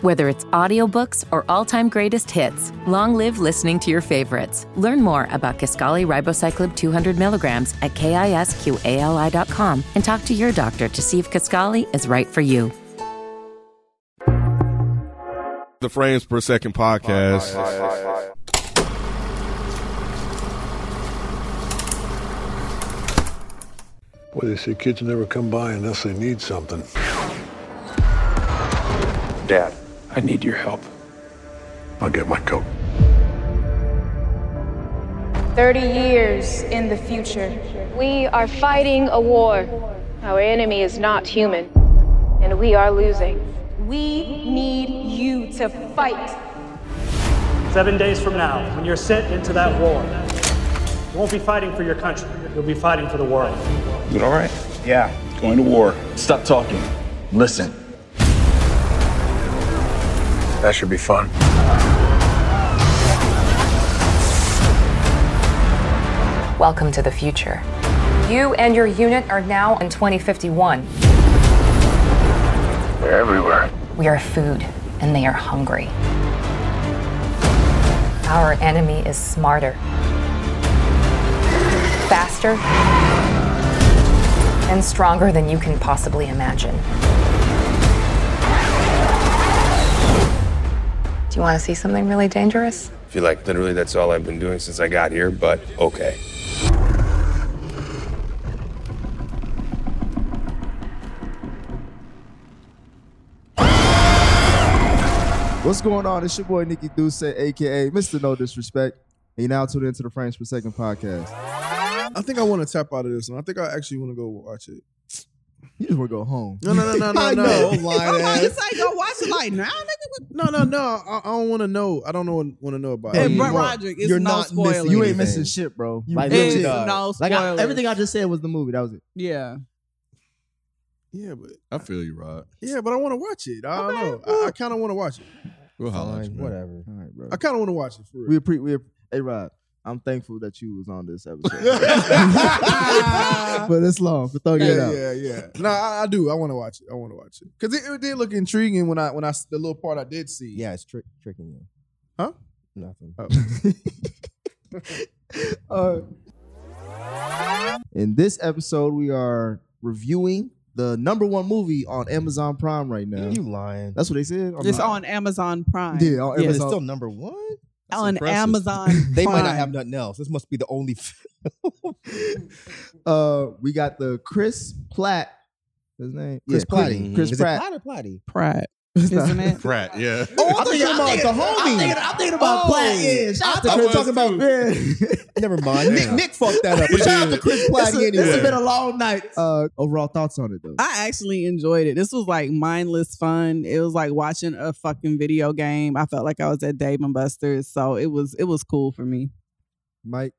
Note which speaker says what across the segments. Speaker 1: Whether it's audiobooks or all-time greatest hits, long live listening to your favorites. Learn more about Kaskali Ribocyclib 200 milligrams at kisqali.com and talk to your doctor to see if Kaskali is right for you.
Speaker 2: The Frames Per Second podcast.
Speaker 3: Boy, they say kids never come by unless they need something.
Speaker 4: Dad,
Speaker 5: I need your help.
Speaker 3: I'll get my coat.
Speaker 6: 30 years in the future. We are fighting a war. Our enemy is not human, and we are losing. We need you to fight.
Speaker 7: Seven days from now, when you're sent into that war, you won't be fighting for your country. You'll be fighting for the world.
Speaker 5: Good, all right?
Speaker 4: Yeah.
Speaker 5: Going to war. Stop talking. Listen.
Speaker 3: That should be fun.
Speaker 8: Welcome to the future. You and your unit are now in 2051.
Speaker 3: They're everywhere.
Speaker 8: We are food, and they are hungry. Our enemy is smarter, faster, and stronger than you can possibly imagine. Do you want to see something really dangerous?
Speaker 4: I feel like literally that's all I've been doing since I got here, but okay.
Speaker 9: What's going on? It's your boy Nikki Duce, aka Mr. No Disrespect. And you now tuned into the Frames Per Second podcast.
Speaker 10: I think I want to tap out of this one. I think I actually want to go watch it.
Speaker 9: You just want to go home.
Speaker 10: No, no, no, no, no, no. Lying ass.
Speaker 11: It's like go watch it like now, nigga.
Speaker 10: No, no, no. I, I don't want to know. I don't know, want to know about
Speaker 11: Hey,
Speaker 10: it.
Speaker 11: Brett
Speaker 9: you won't.
Speaker 11: Roderick, it's
Speaker 9: You're
Speaker 11: no
Speaker 9: not
Speaker 11: spoilers.
Speaker 9: missing. You ain't anything. missing shit, bro.
Speaker 10: You
Speaker 9: like,
Speaker 10: really
Speaker 9: legit.
Speaker 10: dog.
Speaker 11: no
Speaker 9: Like, I-
Speaker 11: spoilers.
Speaker 9: everything I just said was the movie. That was it.
Speaker 11: Yeah.
Speaker 10: Yeah, but
Speaker 2: I feel you, Rod.
Speaker 10: yeah, but I want to watch it. I don't know. I, I kind of want to watch it.
Speaker 2: We'll holler at you, man.
Speaker 9: whatever. All right, bro.
Speaker 10: I kind of want to watch it for real.
Speaker 9: We appreciate. We appre- hey, Rod. I'm thankful that you was on this episode. but it's long for thugging it
Speaker 10: yeah,
Speaker 9: out.
Speaker 10: yeah, yeah. No, I, I do. I want to watch it. I want to watch it because it, it did look intriguing when I when I s- the little part I did see.
Speaker 9: Yeah, it's trick tricking you.
Speaker 10: Huh?
Speaker 9: Nothing.
Speaker 10: Oh.
Speaker 9: in this episode, we are reviewing the number one movie on Amazon Prime right now. You lying? That's what they said. I'm
Speaker 11: It's
Speaker 9: not-
Speaker 11: on Amazon Prime.
Speaker 9: Yeah, on Amazon.
Speaker 5: number one.
Speaker 11: on
Speaker 2: impressive.
Speaker 11: Amazon. they Prime.
Speaker 5: nothing else. This must be the only.
Speaker 9: uh, we got the Chris Platt. His name Chris-
Speaker 5: Chris Platty.
Speaker 9: Chris
Speaker 5: Is it
Speaker 9: Pratt.
Speaker 11: Pride, isn't it?
Speaker 2: Pratt, yeah.
Speaker 5: Oh, I thought you were talking about the homie. I'm thinking, about oh, Platt. I thought you were talking about. Never mind. Nick, Nick fucked that up. But shout out to Chris Platt.
Speaker 9: It's a-
Speaker 5: anyway.
Speaker 9: it's been a
Speaker 5: long night.
Speaker 9: Uh, overall thoughts on it though?
Speaker 11: I actually enjoyed it. This was like mindless fun. It was like watching a fucking video game. I felt like I was at Dave and Buster's, so it was it was cool for me.
Speaker 9: Mike.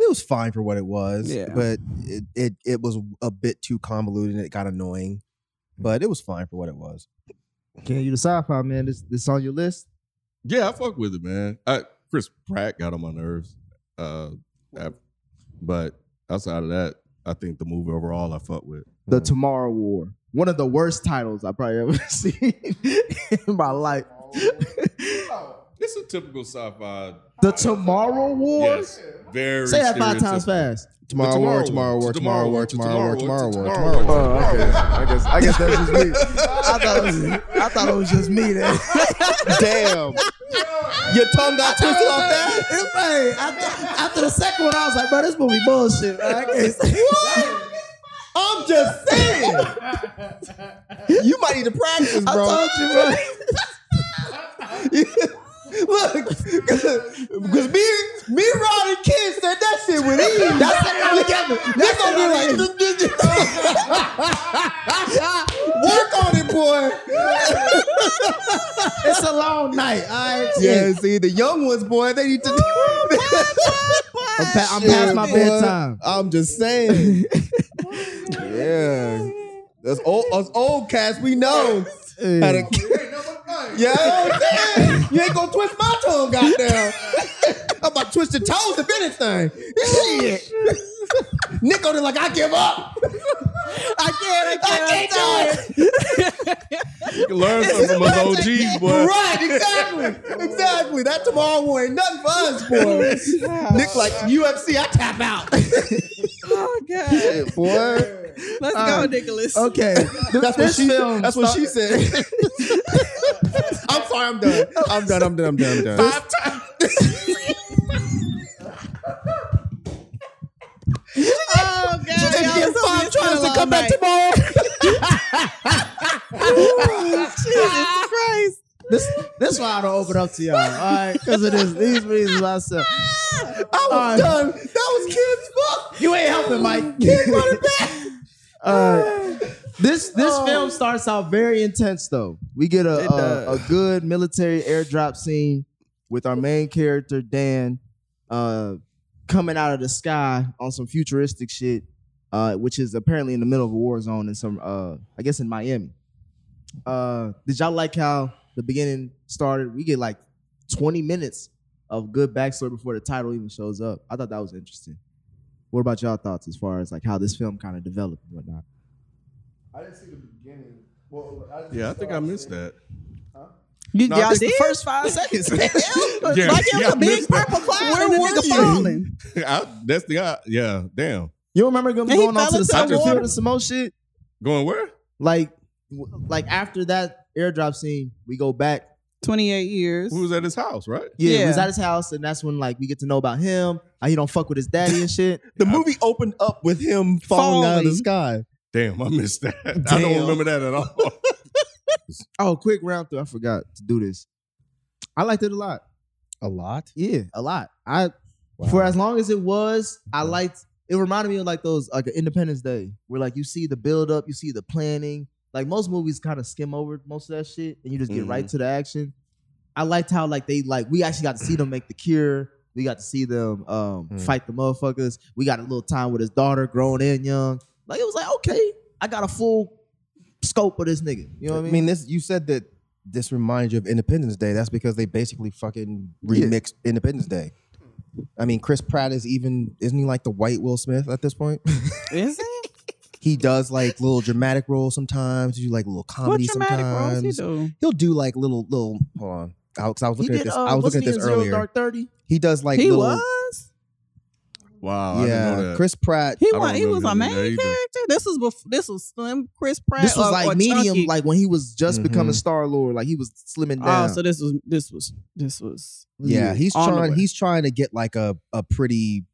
Speaker 5: it was fine for what it was,
Speaker 11: Yeah.
Speaker 5: but it, it it was a bit too convoluted and it got annoying. But it was fine for what it was.
Speaker 9: Can you the sci-fi man? This this on your list?
Speaker 2: Yeah, I fuck with it, man. I, Chris Pratt got on my nerves. Uh, af- but outside of that, I think the movie overall I fuck with.
Speaker 9: The Tomorrow War. One of the worst titles I probably ever seen in my life.
Speaker 2: It's a typical sci-fi.
Speaker 9: the Tomorrow War.
Speaker 2: Yes, very.
Speaker 9: Say that five times
Speaker 2: stereotypical.
Speaker 9: fast.
Speaker 2: The
Speaker 9: Tomorrow
Speaker 2: War,
Speaker 9: War,
Speaker 2: War, Tomorrow War, Tomorrow War, Tomorrow War, Tomorrow War, Tomorrow War.
Speaker 9: Oh, okay. I guess I guess that's just me. I thought it was, I thought it was just me. Then.
Speaker 5: Damn. Your tongue got twisted off that?
Speaker 9: Hey, after, after the second one, I was like, bro, this movie bullshit. man. I can't say-
Speaker 5: I'm just saying. you might need to practice,
Speaker 9: I
Speaker 5: bro.
Speaker 9: Look,
Speaker 5: Because me, me, Rod, and Kid said that shit with ease. That's how it together. That's gonna be like, work on it, boy.
Speaker 9: it's a long night. All right.
Speaker 5: Yeah, see the young ones, boy, they need to.
Speaker 9: I'm, pa- I'm past my
Speaker 5: Boy,
Speaker 9: bedtime.
Speaker 5: I'm just saying. yeah, us old, us old cats, we know. How to, yeah, I'm saying. you ain't gonna twist my tongue, goddamn. I'm about to twist your toes if anything. Shit. Nick on it like I give up. I can't. I can't, do it.
Speaker 9: You can learn something from us OGs, boy.
Speaker 11: Right, exactly. Exactly. That tomorrow war ain't nothing for us, boy. Nick, like UFC, I tap out.
Speaker 8: oh, God.
Speaker 5: boy.
Speaker 8: Let's go,
Speaker 5: Um,
Speaker 8: Nicholas.
Speaker 5: Okay.
Speaker 11: That's what
Speaker 5: This
Speaker 11: she.
Speaker 5: film
Speaker 11: That's what
Speaker 5: start-
Speaker 11: she said. I'm sorry. I'm done. I'm done. I'm done. I'm done. I'm done. Five times.
Speaker 8: Oh, God.
Speaker 11: She just
Speaker 8: y'all
Speaker 11: gave
Speaker 8: so
Speaker 11: five tries to
Speaker 8: all
Speaker 11: come back
Speaker 8: night.
Speaker 11: tomorrow.
Speaker 8: Jesus Christ.
Speaker 5: This this one I don't open up to y'all. All right, because it is these reasons I said.
Speaker 11: I was
Speaker 5: Alright.
Speaker 11: done. That was kids' fuck.
Speaker 5: You ain't helping, Mike.
Speaker 11: Can't run it back. Oh.
Speaker 5: Uh, this this film starts out very intense though. We get a,
Speaker 10: It
Speaker 5: a
Speaker 10: does.
Speaker 5: a good military airdrop scene with our main character Dan uh, coming out of the sky on some futuristic shit, uh, which is apparently in the middle of a war zone in some uh, I guess in Miami. Uh, did y'all like how the beginning started? We get like twenty minutes of good backstory before the title even shows up. I thought that was interesting. What about y'all thoughts as far as like how this film kind of developed and whatnot?
Speaker 10: I didn't see the beginning. Well,
Speaker 9: Yeah, I think I missed that.
Speaker 8: You,
Speaker 10: No, I
Speaker 8: y'all
Speaker 10: think
Speaker 8: did?
Speaker 10: the
Speaker 8: first five seconds. like
Speaker 9: Yeah,
Speaker 8: it was
Speaker 9: y'all
Speaker 8: a big
Speaker 9: missed that.
Speaker 8: purple cloud
Speaker 10: Where
Speaker 8: and the
Speaker 10: were
Speaker 8: nigga
Speaker 10: you?
Speaker 8: falling.
Speaker 9: I, that's the guy. Yeah, damn.
Speaker 5: You remember him
Speaker 8: He
Speaker 5: going
Speaker 8: fell
Speaker 5: on to the
Speaker 8: into
Speaker 5: side
Speaker 9: the
Speaker 5: of the
Speaker 9: water.
Speaker 5: field and some more shit?
Speaker 9: Going where?
Speaker 5: Like, w- like after that airdrop scene, we go back.
Speaker 8: 28 years.
Speaker 9: We was at his house, right?
Speaker 5: Yeah,
Speaker 8: Yeah.
Speaker 5: he's at his house, and that's when like we get to know about him. How he don't fuck with his daddy and shit.
Speaker 11: The movie opened up with him falling, out of the sky.
Speaker 8: Falling.
Speaker 9: Damn, I missed that. I
Speaker 11: Damn.
Speaker 9: don't remember that at all.
Speaker 5: Oh, quick round through. I forgot to do this. I liked it a lot.
Speaker 11: A lot.
Speaker 5: Yeah, a lot. I
Speaker 11: Wow.
Speaker 5: for as long as it was, I liked. It reminded me of like those like Independence Day, where like you see the build up, you see the planning. Like most movies, kind of skim over most of that shit, and you just get
Speaker 11: Mm.
Speaker 5: right to the action. I liked how like they like we actually got to see them make the cure. We got to see them um,
Speaker 11: Mm.
Speaker 5: fight the motherfuckers. We got a little time with his daughter, grown and young. Like it was like okay, I got a full scope of this nigga. You know what I
Speaker 11: I
Speaker 5: mean?
Speaker 11: mean, this. You said that this reminds you of Independence Day. That's because they basically fucking remixed Independence Day. I mean, Chris Pratt is even isn't he like the white Will Smith at this point?
Speaker 8: Is it?
Speaker 11: he does like little dramatic roles sometimes. He do like little
Speaker 8: What
Speaker 11: comedy
Speaker 8: dramatic roles you
Speaker 11: sometimes.
Speaker 8: do?
Speaker 11: He'll do like little little. Hold on, I, 'cause I was
Speaker 5: he
Speaker 11: looking
Speaker 5: did.
Speaker 11: at this.
Speaker 5: uh,
Speaker 11: I was
Speaker 5: wasn't
Speaker 11: looking at
Speaker 5: he
Speaker 11: this
Speaker 5: in Zero
Speaker 11: earlier.
Speaker 5: Dark Thirty.
Speaker 11: He does like
Speaker 8: he
Speaker 11: little.
Speaker 8: was?
Speaker 9: Wow. I didn't know
Speaker 11: Yeah,
Speaker 9: that.
Speaker 11: Chris Pratt.
Speaker 8: He
Speaker 9: I
Speaker 8: was
Speaker 9: don't
Speaker 8: he was a
Speaker 9: remember
Speaker 8: main
Speaker 9: him in that either.
Speaker 8: character. This was before, this was Slim Chris Pratt.
Speaker 5: This was
Speaker 8: or-
Speaker 5: like
Speaker 8: or
Speaker 5: medium,
Speaker 8: Chunky.
Speaker 5: like when he was just becoming
Speaker 11: Mhm.
Speaker 5: Star Lord, like he was slimming
Speaker 8: Oh,
Speaker 5: down.
Speaker 8: so this was this was this was
Speaker 11: Yeah, he's
Speaker 8: On the
Speaker 11: trying.
Speaker 8: way.
Speaker 11: He's trying to get like a a pretty.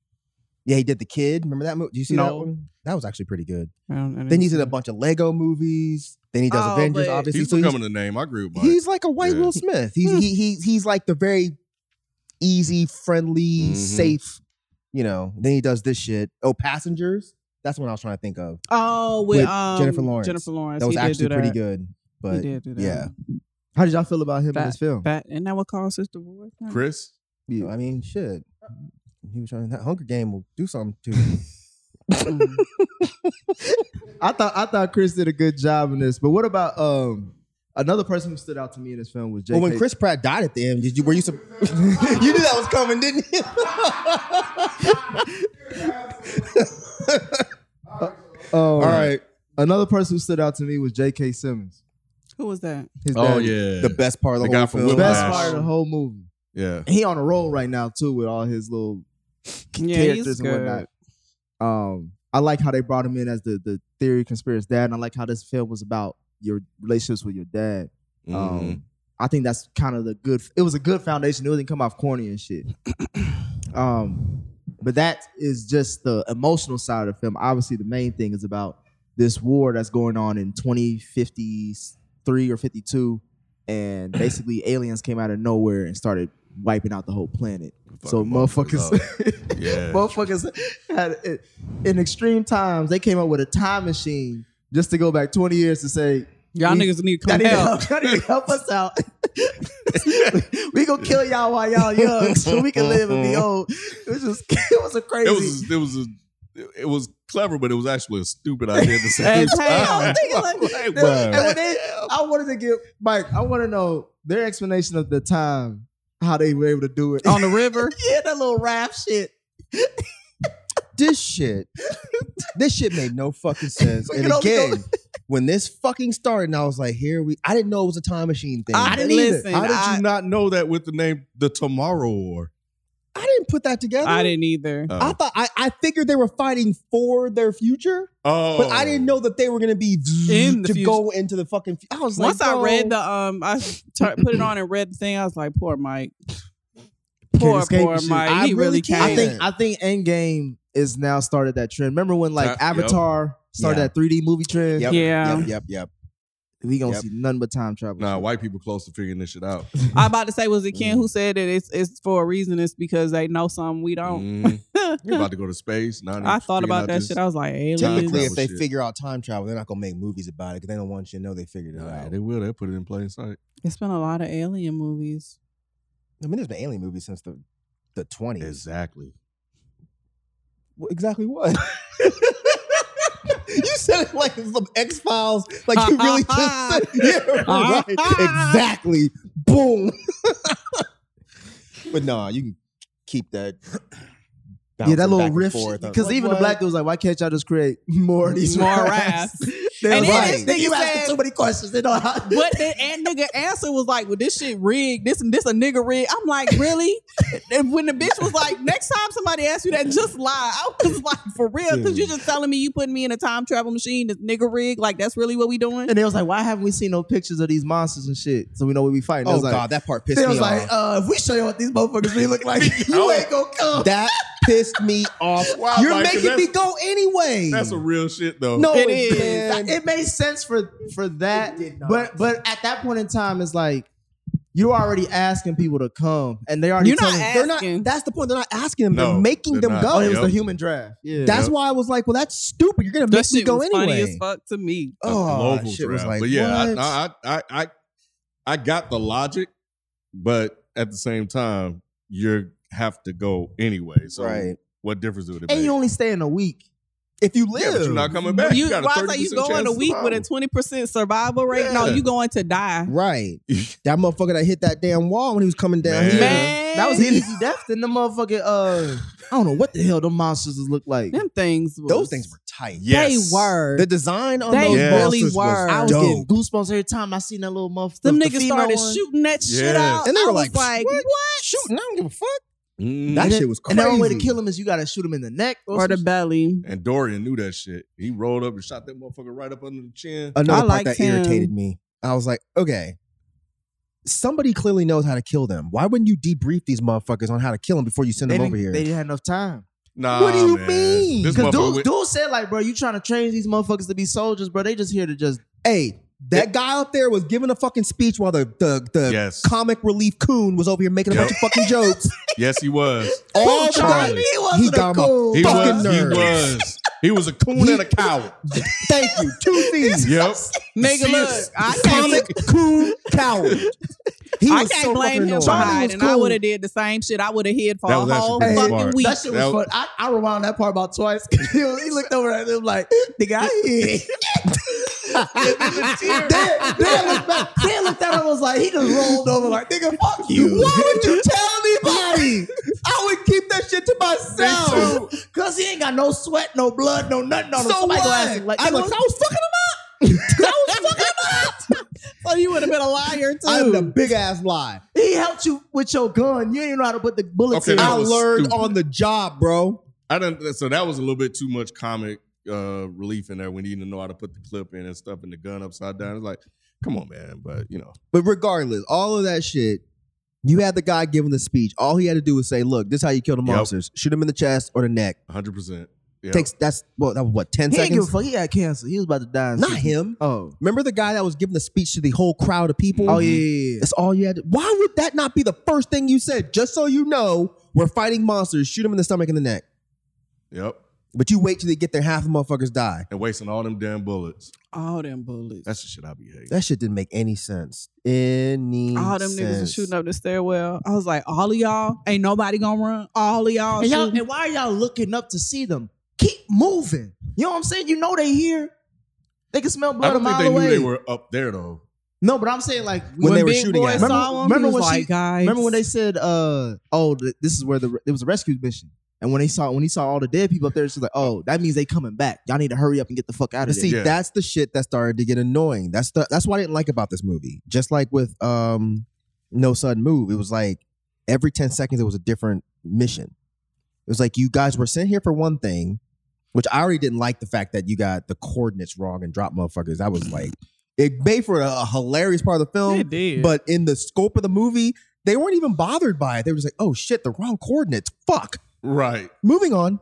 Speaker 11: Yeah, he did the kid. Remember that movie? Do you see that
Speaker 8: No.
Speaker 11: one? That was actually pretty good.
Speaker 8: I don't- I didn't
Speaker 11: Then he's
Speaker 8: see
Speaker 11: in a
Speaker 8: that.
Speaker 11: bunch of Lego movies. Then he does
Speaker 8: Oh,
Speaker 11: Avengers.
Speaker 8: but-
Speaker 11: Obviously,
Speaker 9: He's
Speaker 11: so
Speaker 9: becoming a name. I agree with Mike.
Speaker 11: he's like a white
Speaker 9: Yeah.
Speaker 11: Will Smith.
Speaker 8: Hmm.
Speaker 11: He's he, he he's like the very easy, friendly,
Speaker 9: Mhm.
Speaker 11: safe. You know. Then he does this shit. Oh, Passengers. That's what I was trying to think of.
Speaker 8: Oh, with,
Speaker 11: with
Speaker 8: um,
Speaker 11: Jennifer Lawrence.
Speaker 8: Jennifer Lawrence.
Speaker 11: That was
Speaker 8: he
Speaker 11: actually
Speaker 8: did do
Speaker 11: pretty
Speaker 8: that.
Speaker 11: good. But
Speaker 8: he did do that.
Speaker 11: yeah.
Speaker 5: How did y'all feel about him in
Speaker 8: Fat-
Speaker 5: this film?
Speaker 8: That and that what caused his divorce. huh?
Speaker 9: Chris.
Speaker 11: you know, I mean, shit. He was trying. That Hunger Game will do something to him.
Speaker 8: Mm.
Speaker 5: I thought I thought Chris did a good job in this, but what about um another person who stood out to me in this film was J.K.
Speaker 11: Well, when Chris Pratt died at the end, did you were you? Su- you knew that was coming, didn't you?
Speaker 5: Um,
Speaker 11: All right.
Speaker 5: another person who stood out to me was J.K. Simmons.
Speaker 8: Who was that?
Speaker 5: His
Speaker 9: Oh
Speaker 5: dad.
Speaker 9: yeah.
Speaker 11: The best part of the,
Speaker 9: The guy
Speaker 11: whole
Speaker 9: from
Speaker 11: film.
Speaker 5: The
Speaker 9: Whiplash.
Speaker 5: best part of the whole movie.
Speaker 9: Yeah.
Speaker 5: He on a roll right now too with all his little
Speaker 8: Yeah,
Speaker 5: characters
Speaker 8: he's
Speaker 5: and whatnot.
Speaker 8: good.
Speaker 5: Um, I like how they brought him in as the the theory conspiracy dad, and I like how this film was about your relationships with your dad.
Speaker 9: Mhm.
Speaker 5: Um, I think that's kind of the good. It was a good foundation. It didn't come off corny and shit. um, but that is just the emotional side of the film. Obviously, the main thing is about this war that's going on in 2053 or 52, and basically aliens came out of nowhere and started wiping out the whole planet. so
Speaker 9: Fucking motherfuckers
Speaker 5: motherfuckers,
Speaker 9: Yeah.
Speaker 5: motherfuckers had it, in extreme times they came up with a time machine just to go back 20 years to say
Speaker 8: Y'all
Speaker 5: We-
Speaker 8: niggas need to
Speaker 5: Y'all need to help.
Speaker 8: come out.
Speaker 5: Y'all need to help us out. we gonna kill y'all while y'all young, so we can live and be old. It was just, it was a crazy.
Speaker 9: it was it was a, it was clever, but it was actually a stupid idea to say.
Speaker 5: Damn, nigga, like-
Speaker 9: Like,
Speaker 5: and
Speaker 9: bruh.
Speaker 5: when they- I wanted to give Mike. I want to know their explanation of the time, how they were able to do it
Speaker 8: On the river?
Speaker 5: yeah, that little raft shit.
Speaker 4: this shit, this shit made no fucking sense.
Speaker 12: We
Speaker 4: and
Speaker 12: can only go-
Speaker 4: again, when this fucking started, and I was like, here we, I didn't know it was a time machine thing.
Speaker 9: Listen, How did you not know that with the name The Tomorrow War?
Speaker 4: I didn't put that together.
Speaker 8: I didn't either.
Speaker 4: I thought I, I figured they were fighting for their future,
Speaker 9: Oh,
Speaker 4: but I didn't know that they were gonna be
Speaker 8: In the
Speaker 4: to
Speaker 8: future.
Speaker 4: go into the fucking. fu- I was like,
Speaker 8: Once I read
Speaker 4: bro.
Speaker 8: the um, I s- tur- put it on and read the thing. I was like, poor Mike. Poor
Speaker 5: escape
Speaker 8: poor
Speaker 5: the shit.
Speaker 8: Mike. He really can't.
Speaker 5: I think I think Endgame is now started that trend. Remember when like
Speaker 4: Uh, yep.
Speaker 5: Avatar started
Speaker 4: Yeah.
Speaker 5: that 3D movie trend?
Speaker 4: Yep, Yeah. yep, yep, yep.
Speaker 5: We gonna
Speaker 9: Yep.
Speaker 5: see nothing but time travel.
Speaker 9: Oh. Nah, white people close to figuring this shit out.
Speaker 8: I'm about to say, was it Ken who said that it's it's for a reason? It's because they know something we don't.
Speaker 9: You're Mm-hmm. about to go Mm, to space. Not
Speaker 8: I thought about that shit. I was like, aliens.
Speaker 4: Typically, if they figure out time travel, they're not gonna make movies about it because they don't want you to know they figured it out.
Speaker 9: they will. They put it in plain sight.
Speaker 8: It's been a lot of alien movies.
Speaker 4: I mean, there's been alien movies since the the 20s.
Speaker 9: Exactly.
Speaker 4: exactly what? you said it like it's some X Files. Like you really just
Speaker 8: Uh-huh.
Speaker 4: said, yeah, right. exactly. Boom. but nah, you can keep that.
Speaker 5: yeah,
Speaker 4: bouncing
Speaker 5: that
Speaker 4: back
Speaker 5: little
Speaker 4: and
Speaker 5: riff.
Speaker 4: forth.
Speaker 5: Because
Speaker 4: Like,
Speaker 5: even
Speaker 4: what?
Speaker 5: the black dude was like, why can't y'all just create more of these
Speaker 8: More
Speaker 5: rafts?
Speaker 8: rafts.
Speaker 5: They
Speaker 8: And
Speaker 5: was
Speaker 8: then
Speaker 5: like,
Speaker 8: this nigga
Speaker 5: "You asking
Speaker 8: said-
Speaker 5: too many questions. They don't how-
Speaker 8: But the and nigga answer was like, "Well, this shit rigged. This and this a nigga rig." I'm like, really? and when the bitch was like, "Next time somebody asks you that, just lie." I was like, "For real?" Because you're just telling me you putting me in a time travel machine, this nigga rig. Like that's really what we doing?
Speaker 5: And they was like, why haven't we seen no pictures of these monsters and shit? So we know what we fighting. They
Speaker 4: Oh,
Speaker 5: was like,
Speaker 4: God, that part pissed
Speaker 5: they
Speaker 4: me
Speaker 5: was like,
Speaker 4: off.
Speaker 5: uh, if we show you what these motherfuckers really look like, you ain't gonna come.
Speaker 4: That pissed me off.
Speaker 5: Wow,
Speaker 4: You're
Speaker 5: Mike,
Speaker 4: making me
Speaker 5: that's-
Speaker 4: go anyway.
Speaker 9: That's a real shit though.
Speaker 5: No,
Speaker 4: it
Speaker 5: it is.
Speaker 4: didn't.
Speaker 5: It made sense for for that, but but at that point in time, it's like you're already asking people to come, and they already
Speaker 4: You're not
Speaker 5: telling-
Speaker 4: asking. They're not, that's the point. They're not asking them.
Speaker 5: No,
Speaker 4: they're making
Speaker 5: they're
Speaker 4: them
Speaker 5: not.
Speaker 4: go.
Speaker 5: Oh, it was the human draft. Yeah.
Speaker 4: That's
Speaker 5: Yep.
Speaker 4: why I was like, well, that's stupid. You're gonna
Speaker 8: That
Speaker 4: make me
Speaker 8: shit
Speaker 4: go
Speaker 8: was funny as
Speaker 4: anyway.
Speaker 8: fuck to me.
Speaker 9: A
Speaker 5: Oh,
Speaker 9: global
Speaker 4: shit was
Speaker 9: draft.
Speaker 4: like,
Speaker 9: but yeah,
Speaker 4: what?
Speaker 9: I, I, I, I, I got the logic, but at the same time, you have to go anyway. So
Speaker 5: Right.
Speaker 9: what difference would it
Speaker 5: and
Speaker 9: make?
Speaker 5: you only stay in a week
Speaker 4: if you
Speaker 9: Yeah, but you're not coming back. You,
Speaker 8: You,
Speaker 9: got a
Speaker 8: why
Speaker 9: thirty
Speaker 8: say you
Speaker 9: percent
Speaker 8: go in a week with a twenty percent survival rate? No,
Speaker 4: Yeah.
Speaker 8: you going to die.
Speaker 4: Right. that motherfucker that hit that damn wall when he was coming down
Speaker 5: Man.
Speaker 4: here.
Speaker 5: That was an easy death. Then the motherfucking uh, I don't know what the hell the monsters look like.
Speaker 8: Them things,
Speaker 4: those things were tight.
Speaker 5: They were.
Speaker 4: The design on
Speaker 5: They
Speaker 4: those
Speaker 5: Yes. really
Speaker 4: monsters
Speaker 5: were.
Speaker 4: was
Speaker 5: I was
Speaker 4: dope.
Speaker 5: getting goosebumps every time I seen that little motherfucker.
Speaker 8: Them
Speaker 5: the
Speaker 8: niggas
Speaker 5: female
Speaker 8: started
Speaker 5: one.
Speaker 8: shooting that shit
Speaker 5: Yes.
Speaker 8: out.
Speaker 5: And they
Speaker 8: I
Speaker 5: were
Speaker 8: was
Speaker 5: like,
Speaker 8: what?
Speaker 4: Shooting? I don't give a fuck.
Speaker 9: Mm.
Speaker 5: And then- And the only way to kill him is you gotta shoot him in the neck
Speaker 8: Or the belly.
Speaker 9: And Dorian knew that shit. He rolled up and shot that motherfucker right up under the chin.
Speaker 4: Another part that irritated me. I was like, okay, somebody clearly knows how to kill them. Why wouldn't you debrief these motherfuckers on how to kill them before you send
Speaker 5: They
Speaker 4: them
Speaker 5: didn't,
Speaker 4: over here?
Speaker 5: they didn't have enough time.
Speaker 9: Nah,
Speaker 5: what do you
Speaker 9: man.
Speaker 5: mean?
Speaker 9: This
Speaker 5: Because
Speaker 9: motherfucker
Speaker 5: dude,
Speaker 9: went-
Speaker 5: dude said like, bro, you trying to train these motherfuckers to be soldiers, bro? They just here to just
Speaker 4: hey. That guy up there was giving a fucking speech while the the, the comic relief coon was over here making a bunch of fucking jokes.
Speaker 9: Yes, he was.
Speaker 8: Oh,
Speaker 4: All
Speaker 9: Full
Speaker 4: the time.
Speaker 9: Charlie.
Speaker 4: He wasn't He got a my coon.
Speaker 9: He
Speaker 4: fucking
Speaker 9: was.
Speaker 4: nerves.
Speaker 9: He was. He was a coon and a coward.
Speaker 4: Thank you. Two things.
Speaker 9: Yep.
Speaker 8: Nigga,
Speaker 9: See,
Speaker 8: look, I
Speaker 4: comic coon coward. He
Speaker 8: I
Speaker 4: was
Speaker 8: can't
Speaker 4: so
Speaker 8: blame
Speaker 4: fucking
Speaker 8: him
Speaker 4: annoying.
Speaker 8: for
Speaker 4: Charlie
Speaker 8: hiding.
Speaker 4: was
Speaker 8: I
Speaker 4: cool.
Speaker 8: would have did the same shit. I would have hid for
Speaker 9: That
Speaker 8: a
Speaker 9: was actually
Speaker 8: whole
Speaker 9: pretty
Speaker 8: fucking
Speaker 9: smart.
Speaker 8: week.
Speaker 5: That shit was,
Speaker 9: That was-
Speaker 5: fun. I, I rewound that part about twice. he, was- he looked over at him like, nigga, I hid. Dan, Dan looked back. Dan looked at him was like, he just rolled over like, nigga, fuck you. Why would you tell anybody? I would keep that shit to myself. Cause he ain't got no sweat, no blood, no nothing on him.
Speaker 4: So
Speaker 5: Somebody gonna
Speaker 4: what?
Speaker 5: ask him, like,
Speaker 4: I
Speaker 5: "Nigga,
Speaker 4: was-
Speaker 5: fucking Oh,
Speaker 8: So you would have been a liar too.
Speaker 4: I'm the big ass lie.
Speaker 5: He helped you with your gun. You didn't know how to put the bullets
Speaker 9: Okay,
Speaker 5: in.
Speaker 9: that
Speaker 5: I
Speaker 9: was
Speaker 5: learned
Speaker 9: stupid.
Speaker 5: on the job, bro.
Speaker 9: I didn't. So that was a little bit too much comic uh, relief in there when you didn't know how to put the clip in and stuff and the gun upside down. It's like, come on, man. But you know,
Speaker 4: But regardless, all of that shit, you had the guy giving the speech. All he had to do was say, "Look, this is how you kill the
Speaker 9: Yep.
Speaker 4: monsters: shoot them in the chest or the neck."
Speaker 9: hundred percent.
Speaker 4: Takes that's well, that was what ten
Speaker 5: He didn't give a
Speaker 4: seconds.
Speaker 5: fuck. He had cancer. He was about to die. in
Speaker 4: Not
Speaker 5: six-
Speaker 4: him.
Speaker 5: Oh.
Speaker 4: Remember the guy that was giving the speech to the whole crowd of people?
Speaker 5: Oh, yeah, yeah, yeah.
Speaker 4: That's all you had. To, why would that not be the first thing you said? Just so you know, we're fighting monsters. Shoot them in the stomach and the neck.
Speaker 9: Yep.
Speaker 4: But you wait till they get there, half the motherfuckers die.
Speaker 9: And wasting all them damn bullets.
Speaker 8: All them bullets.
Speaker 9: That's the shit I be hating.
Speaker 4: That shit didn't make any sense. Any
Speaker 8: All them niggas was
Speaker 4: sense.
Speaker 8: shooting up the stairwell. I was like, all of y'all, ain't nobody gonna run. All of y'all,
Speaker 5: And, y'all,
Speaker 8: shooting.
Speaker 5: and why are y'all looking up to see them? Keep moving. You know what I'm saying? You know they here. They can smell
Speaker 9: I
Speaker 5: blood a
Speaker 9: don't think
Speaker 5: mile
Speaker 9: they knew
Speaker 5: away.
Speaker 9: they were up there though.
Speaker 5: No, but I'm saying like
Speaker 4: When they were Big shooting Boy at him.
Speaker 5: Remember,
Speaker 8: saw him,
Speaker 5: remember
Speaker 8: he was
Speaker 5: when she,
Speaker 8: like, "Guys."
Speaker 5: remember when they said, uh, "Oh, th- this is where the it was a rescue mission."
Speaker 11: And when he saw when he saw all the dead people up there, she's like, "Oh, that means they coming back. Y'all need to hurry up and get the fuck out
Speaker 5: But
Speaker 11: of
Speaker 5: see,
Speaker 11: here."
Speaker 5: that's the shit that started to get annoying. That's the that's what I didn't like about this movie. Just like with um No Sudden Move, it was like every 10 seconds it was a different mission. It was like you guys were sent here for one thing, which I already didn't like the fact that you got the coordinates wrong and dropped motherfuckers. That was like it made for a, a hilarious part of the film. It did. But in the scope of the movie, they weren't even bothered by it. They were just like, oh shit, the wrong coordinates. Fuck.
Speaker 9: Right.
Speaker 5: Moving on.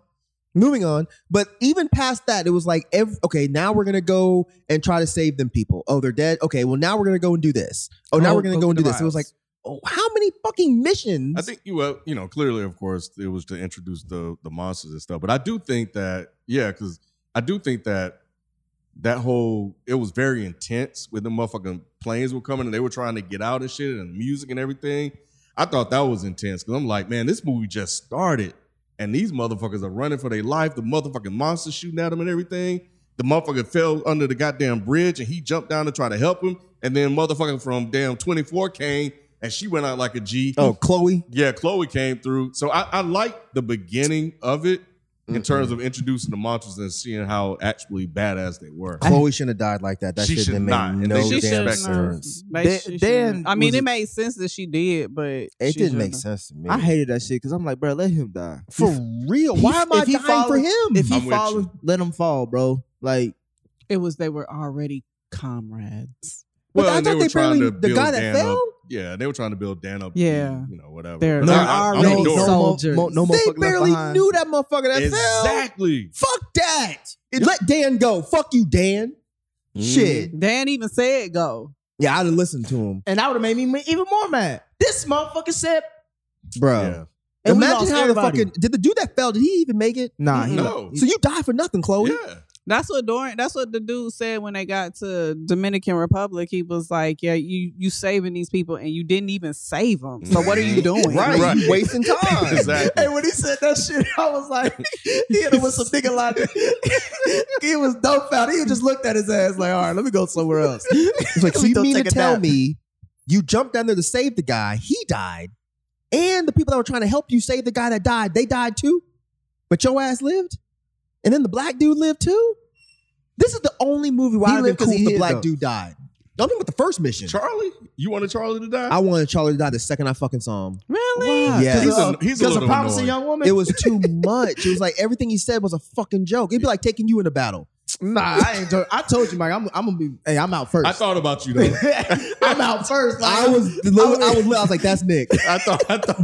Speaker 5: Moving on. But even past that, it was like, ev- okay, now we're going to go and try to save them people. Oh, they're dead. Okay, well, now we're going to go and do this. Oh, now
Speaker 9: Oh,
Speaker 5: we're going to
Speaker 9: go
Speaker 5: go and
Speaker 9: to
Speaker 5: do
Speaker 9: the
Speaker 5: this. It was like,
Speaker 9: vials.
Speaker 5: oh, how many fucking missions?
Speaker 9: I think you well, you know, clearly, of course, it was to introduce the the monsters and stuff. But I do think that, yeah, because I do think that that whole it was very intense when the motherfucking planes were coming and they were trying to get out and shit and music and everything. I thought that was intense because I'm like, man, this movie just started and these motherfuckers are running for their life. The motherfucking monsters shooting at them and everything. The motherfucker fell under the goddamn bridge and he jumped down to try to help him. And then motherfucker from damn 24 came and she went out like a G.
Speaker 5: Oh, Chloe.
Speaker 9: Yeah, Chloe came through. So I, I like the beginning of it
Speaker 5: Mm-hmm.
Speaker 9: in terms of introducing the monsters and seeing how actually badass they were.
Speaker 5: Chloe shouldn't have died like that. That
Speaker 9: She
Speaker 5: shit
Speaker 9: should
Speaker 5: didn't
Speaker 9: not, and
Speaker 5: make
Speaker 9: they
Speaker 5: no
Speaker 9: should
Speaker 5: damn
Speaker 9: respect her.
Speaker 5: sense.
Speaker 8: Like,
Speaker 11: Then-
Speaker 8: she
Speaker 11: then
Speaker 8: shouldn't- I mean,
Speaker 11: was-
Speaker 8: it made sense that she did, but it
Speaker 11: didn't make sense
Speaker 5: to me.
Speaker 11: I hated that shit because I'm like, bro, let him die
Speaker 5: for real. Why am I dying for him?
Speaker 11: If he
Speaker 5: I'm with
Speaker 11: falls,
Speaker 5: you.
Speaker 11: let him fall, bro. Like
Speaker 8: it was they were already comrades.
Speaker 9: Well, and they were trying to
Speaker 8: the
Speaker 9: build
Speaker 8: guy that
Speaker 9: Dan
Speaker 8: fell.
Speaker 9: up. Yeah, they were trying to build Dan up. to be,
Speaker 8: Yeah.
Speaker 9: you know whatever.
Speaker 8: They're-
Speaker 9: But
Speaker 8: they're
Speaker 9: I- I'm
Speaker 8: already
Speaker 9: a dork.
Speaker 8: soldiers.
Speaker 11: mo- no
Speaker 5: they
Speaker 11: motherfucker left
Speaker 5: barely
Speaker 11: behind.
Speaker 5: knew that motherfucker that fell.
Speaker 9: Exactly.
Speaker 5: Fuck that. It- Let Dan go. Fuck you, Dan.
Speaker 11: Mm-hmm.
Speaker 5: Shit.
Speaker 8: Dan even said go.
Speaker 5: Yeah, I'd have listened to him,
Speaker 11: and that would have made me even more mad. This motherfucker said,
Speaker 5: bro.
Speaker 11: And we
Speaker 5: Imagine
Speaker 11: lost
Speaker 5: how the
Speaker 11: everybody. Mm-hmm.
Speaker 5: fucking did the dude that fell? Did he even make it?
Speaker 11: Nah, he-
Speaker 8: No.
Speaker 5: So you die for nothing, Chloe.
Speaker 8: That's what Dorian. That's what the dude said when they got to Dominican Republic. He was like, "Yeah, you you saving these people, and you didn't even save them. So what are you doing?
Speaker 5: Mm-hmm. Right,
Speaker 8: Like,
Speaker 5: you wasting time.
Speaker 9: Exactly.
Speaker 11: And when he said that shit, I was like, he hit him with some nigga logic. he was dumbfounded. He just looked at his ass like, all right, let me go somewhere else.
Speaker 5: It's like, so you
Speaker 11: Don't
Speaker 5: mean to
Speaker 11: take a
Speaker 5: tell
Speaker 11: nap.
Speaker 5: me you jumped down there to save the guy? He died, and the people that were trying to help you save the guy that died, they died too. But your ass lived, and then the black dude lived too. This is the only movie where I
Speaker 11: He
Speaker 5: lived
Speaker 11: lived
Speaker 5: cool
Speaker 11: 'cause
Speaker 5: if
Speaker 11: he
Speaker 5: the
Speaker 11: hid,
Speaker 5: black
Speaker 11: though.
Speaker 5: dude died. Don't even with the first mission.
Speaker 9: Charlie, you wanted Charlie to die?
Speaker 5: I wanted Charlie to die the second I fucking saw him.
Speaker 8: Really?
Speaker 5: Yeah,
Speaker 9: He's a- he's a
Speaker 5: Because
Speaker 9: little
Speaker 5: promising
Speaker 9: annoying.
Speaker 5: young woman. It was too much. It was like everything he said was a fucking joke. It'd be like taking you in a battle.
Speaker 11: Nah, I ain't. jo- I told you, Mike. I'm, I'm gonna be. Hey, I'm out first.
Speaker 9: I thought about you though.
Speaker 11: I'm out first. Like,
Speaker 5: I was, I was, I was, I was like, "That's Nick."
Speaker 9: I thought I thought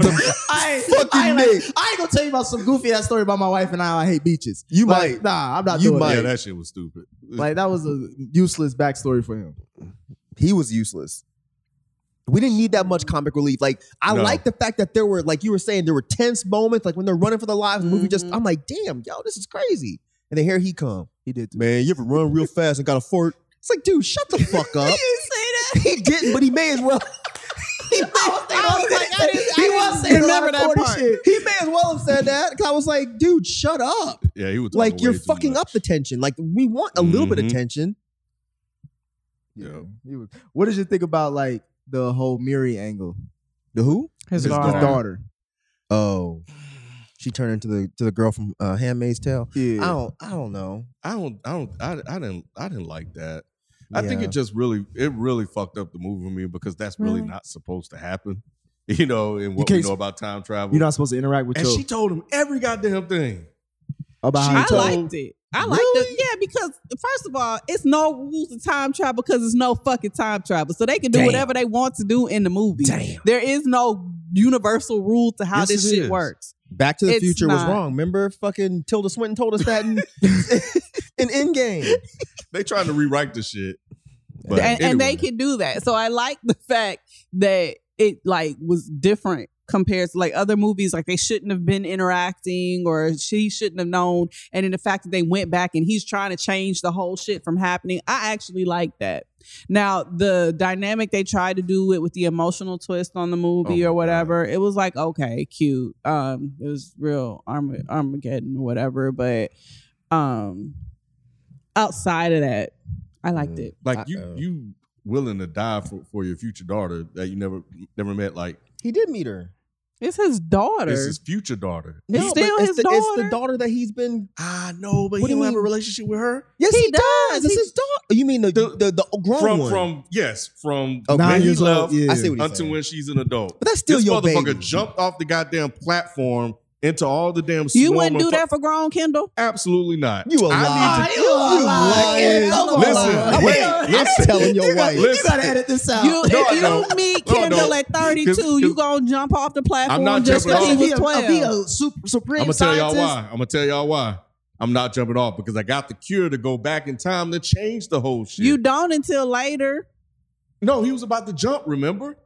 Speaker 11: I ain't, I ain't, like, I ain't gonna tell you about some goofy ass story about my wife and how I hate beaches.
Speaker 5: You
Speaker 11: Like,
Speaker 5: might.
Speaker 11: Nah, I'm not
Speaker 5: You
Speaker 11: doing
Speaker 5: might.
Speaker 9: yeah,
Speaker 11: that.
Speaker 9: that shit was stupid.
Speaker 11: Like that was a useless backstory for him.
Speaker 5: he was useless. We didn't need that much comic relief. Like I
Speaker 9: No.
Speaker 5: like the fact that there were, like you were saying, there were tense moments, like when they're running for their lives. The movie just,
Speaker 11: Mm-hmm.
Speaker 5: I'm like, damn, yo, this is crazy. And then here he come.
Speaker 11: He did. Too.
Speaker 5: Man, you ever run real fast and got a fort? It's like, dude, shut the fuck up. he didn't, but he may as well.
Speaker 11: I was like, I didn't,
Speaker 5: He
Speaker 11: I
Speaker 5: was
Speaker 11: didn't
Speaker 5: saying a lot
Speaker 11: remember
Speaker 5: of
Speaker 11: that
Speaker 5: corny
Speaker 11: part.
Speaker 5: shit. He may as well have said that because I was like, dude, shut up.
Speaker 9: Yeah, he was talking
Speaker 5: Like
Speaker 9: way
Speaker 5: you're
Speaker 9: too
Speaker 5: fucking
Speaker 9: much.
Speaker 5: up the tension. Like we want a little bit of
Speaker 9: Mhm.
Speaker 5: tension.
Speaker 9: Yeah.
Speaker 11: Mm-hmm. He was- What did you think about like the whole Miri angle?
Speaker 5: The who?
Speaker 8: His,
Speaker 9: His
Speaker 8: daughter.
Speaker 11: His daughter.
Speaker 5: Oh, she turned into the to the girl from uh, Handmaid's Tale.
Speaker 11: Yeah.
Speaker 5: I don't. I don't know.
Speaker 9: I don't I don't I, I didn't I didn't like that. I think
Speaker 5: Yeah.
Speaker 9: it just really it really fucked up the movie for me because that's really,
Speaker 8: Really?
Speaker 9: not supposed to happen. You know, and what we
Speaker 11: can't-
Speaker 9: know about time travel.
Speaker 11: You're not supposed to interact with
Speaker 9: and
Speaker 11: your
Speaker 9: she told him every goddamn thing.
Speaker 11: about
Speaker 8: I
Speaker 11: how
Speaker 8: liked it. I liked it. Yeah, because first of all, it's no rules to time travel because it's no fucking time travel. So they can do
Speaker 5: Damn.
Speaker 8: whatever they want to do in the movie. There is no universal rule to how
Speaker 9: Yes,
Speaker 8: this
Speaker 9: it
Speaker 8: shit
Speaker 9: is.
Speaker 8: works.
Speaker 5: Back to the
Speaker 8: It's
Speaker 5: Future was
Speaker 8: not.
Speaker 5: wrong. Remember, fucking Tilda Swinton told us that in, in Endgame.
Speaker 9: They trying to rewrite the shit. But
Speaker 8: and, and they
Speaker 9: anyway.
Speaker 8: can do that. So I like the fact that it like was different compared to like other movies. Like they shouldn't have been interacting, or she shouldn't have known. And in the fact that they went back and he's trying to change the whole shit from happening, I actually like that. Now the dynamic they tried to do it with the emotional twist on the movie
Speaker 9: Oh,
Speaker 8: or whatever, it was like okay, cute. Um, it was real Arm- Armageddon, whatever. But um, outside of that, I liked it.
Speaker 9: Mm. like
Speaker 5: Uh-oh.
Speaker 9: you you willing to die for, for your future daughter that you never never met like
Speaker 5: He did meet her.
Speaker 8: It's his daughter.
Speaker 9: It's his future daughter.
Speaker 8: It's still
Speaker 4: it's
Speaker 8: his
Speaker 4: the,
Speaker 8: daughter.
Speaker 4: It's the daughter that he's been.
Speaker 9: I know, but
Speaker 4: What
Speaker 9: he
Speaker 4: do you
Speaker 9: don't have a
Speaker 4: mean?
Speaker 9: relationship with her.
Speaker 4: Yes, he, does. It's his daughter. You mean the the, the, grown
Speaker 9: from
Speaker 4: one?
Speaker 9: from yes from
Speaker 4: Okay.
Speaker 9: when
Speaker 4: Nine
Speaker 9: he
Speaker 4: years
Speaker 9: left
Speaker 4: old, yeah. I see what he's
Speaker 9: until
Speaker 4: saying.
Speaker 9: when she's an adult.
Speaker 4: But that's still
Speaker 9: this
Speaker 4: your
Speaker 9: motherfucker
Speaker 4: baby.
Speaker 9: jumped off the goddamn platform into all the damn.
Speaker 8: you
Speaker 9: swarm
Speaker 8: wouldn't
Speaker 9: of
Speaker 8: do
Speaker 9: fu-
Speaker 8: that for grown Kendall?
Speaker 9: Absolutely not.
Speaker 4: You a
Speaker 9: I
Speaker 4: liar.
Speaker 9: need to-
Speaker 4: You a liar.
Speaker 9: Listen,
Speaker 4: I'm a liar.
Speaker 9: listen,
Speaker 4: I'm
Speaker 9: wait, listen.
Speaker 4: telling your wife.
Speaker 9: Listen.
Speaker 5: this out.
Speaker 8: You,
Speaker 9: No,
Speaker 8: if
Speaker 9: I
Speaker 8: you
Speaker 9: don't.
Speaker 8: meet
Speaker 9: No, I
Speaker 8: Kendall
Speaker 9: don't.
Speaker 8: at 32,
Speaker 9: 'Cause-
Speaker 8: you gonna jump off the platform
Speaker 9: I'm not
Speaker 8: just
Speaker 9: jumping
Speaker 8: because
Speaker 9: off.
Speaker 8: he was
Speaker 5: If he a- if he a
Speaker 8: 12.
Speaker 5: sup- supreme
Speaker 9: I'm gonna tell y'all
Speaker 5: scientist,
Speaker 9: why. I'm gonna tell y'all why. I'm not jumping off because I got the cure to go back in time to change the whole shit.
Speaker 8: You don't until later.
Speaker 9: no, he was about to jump. Remember,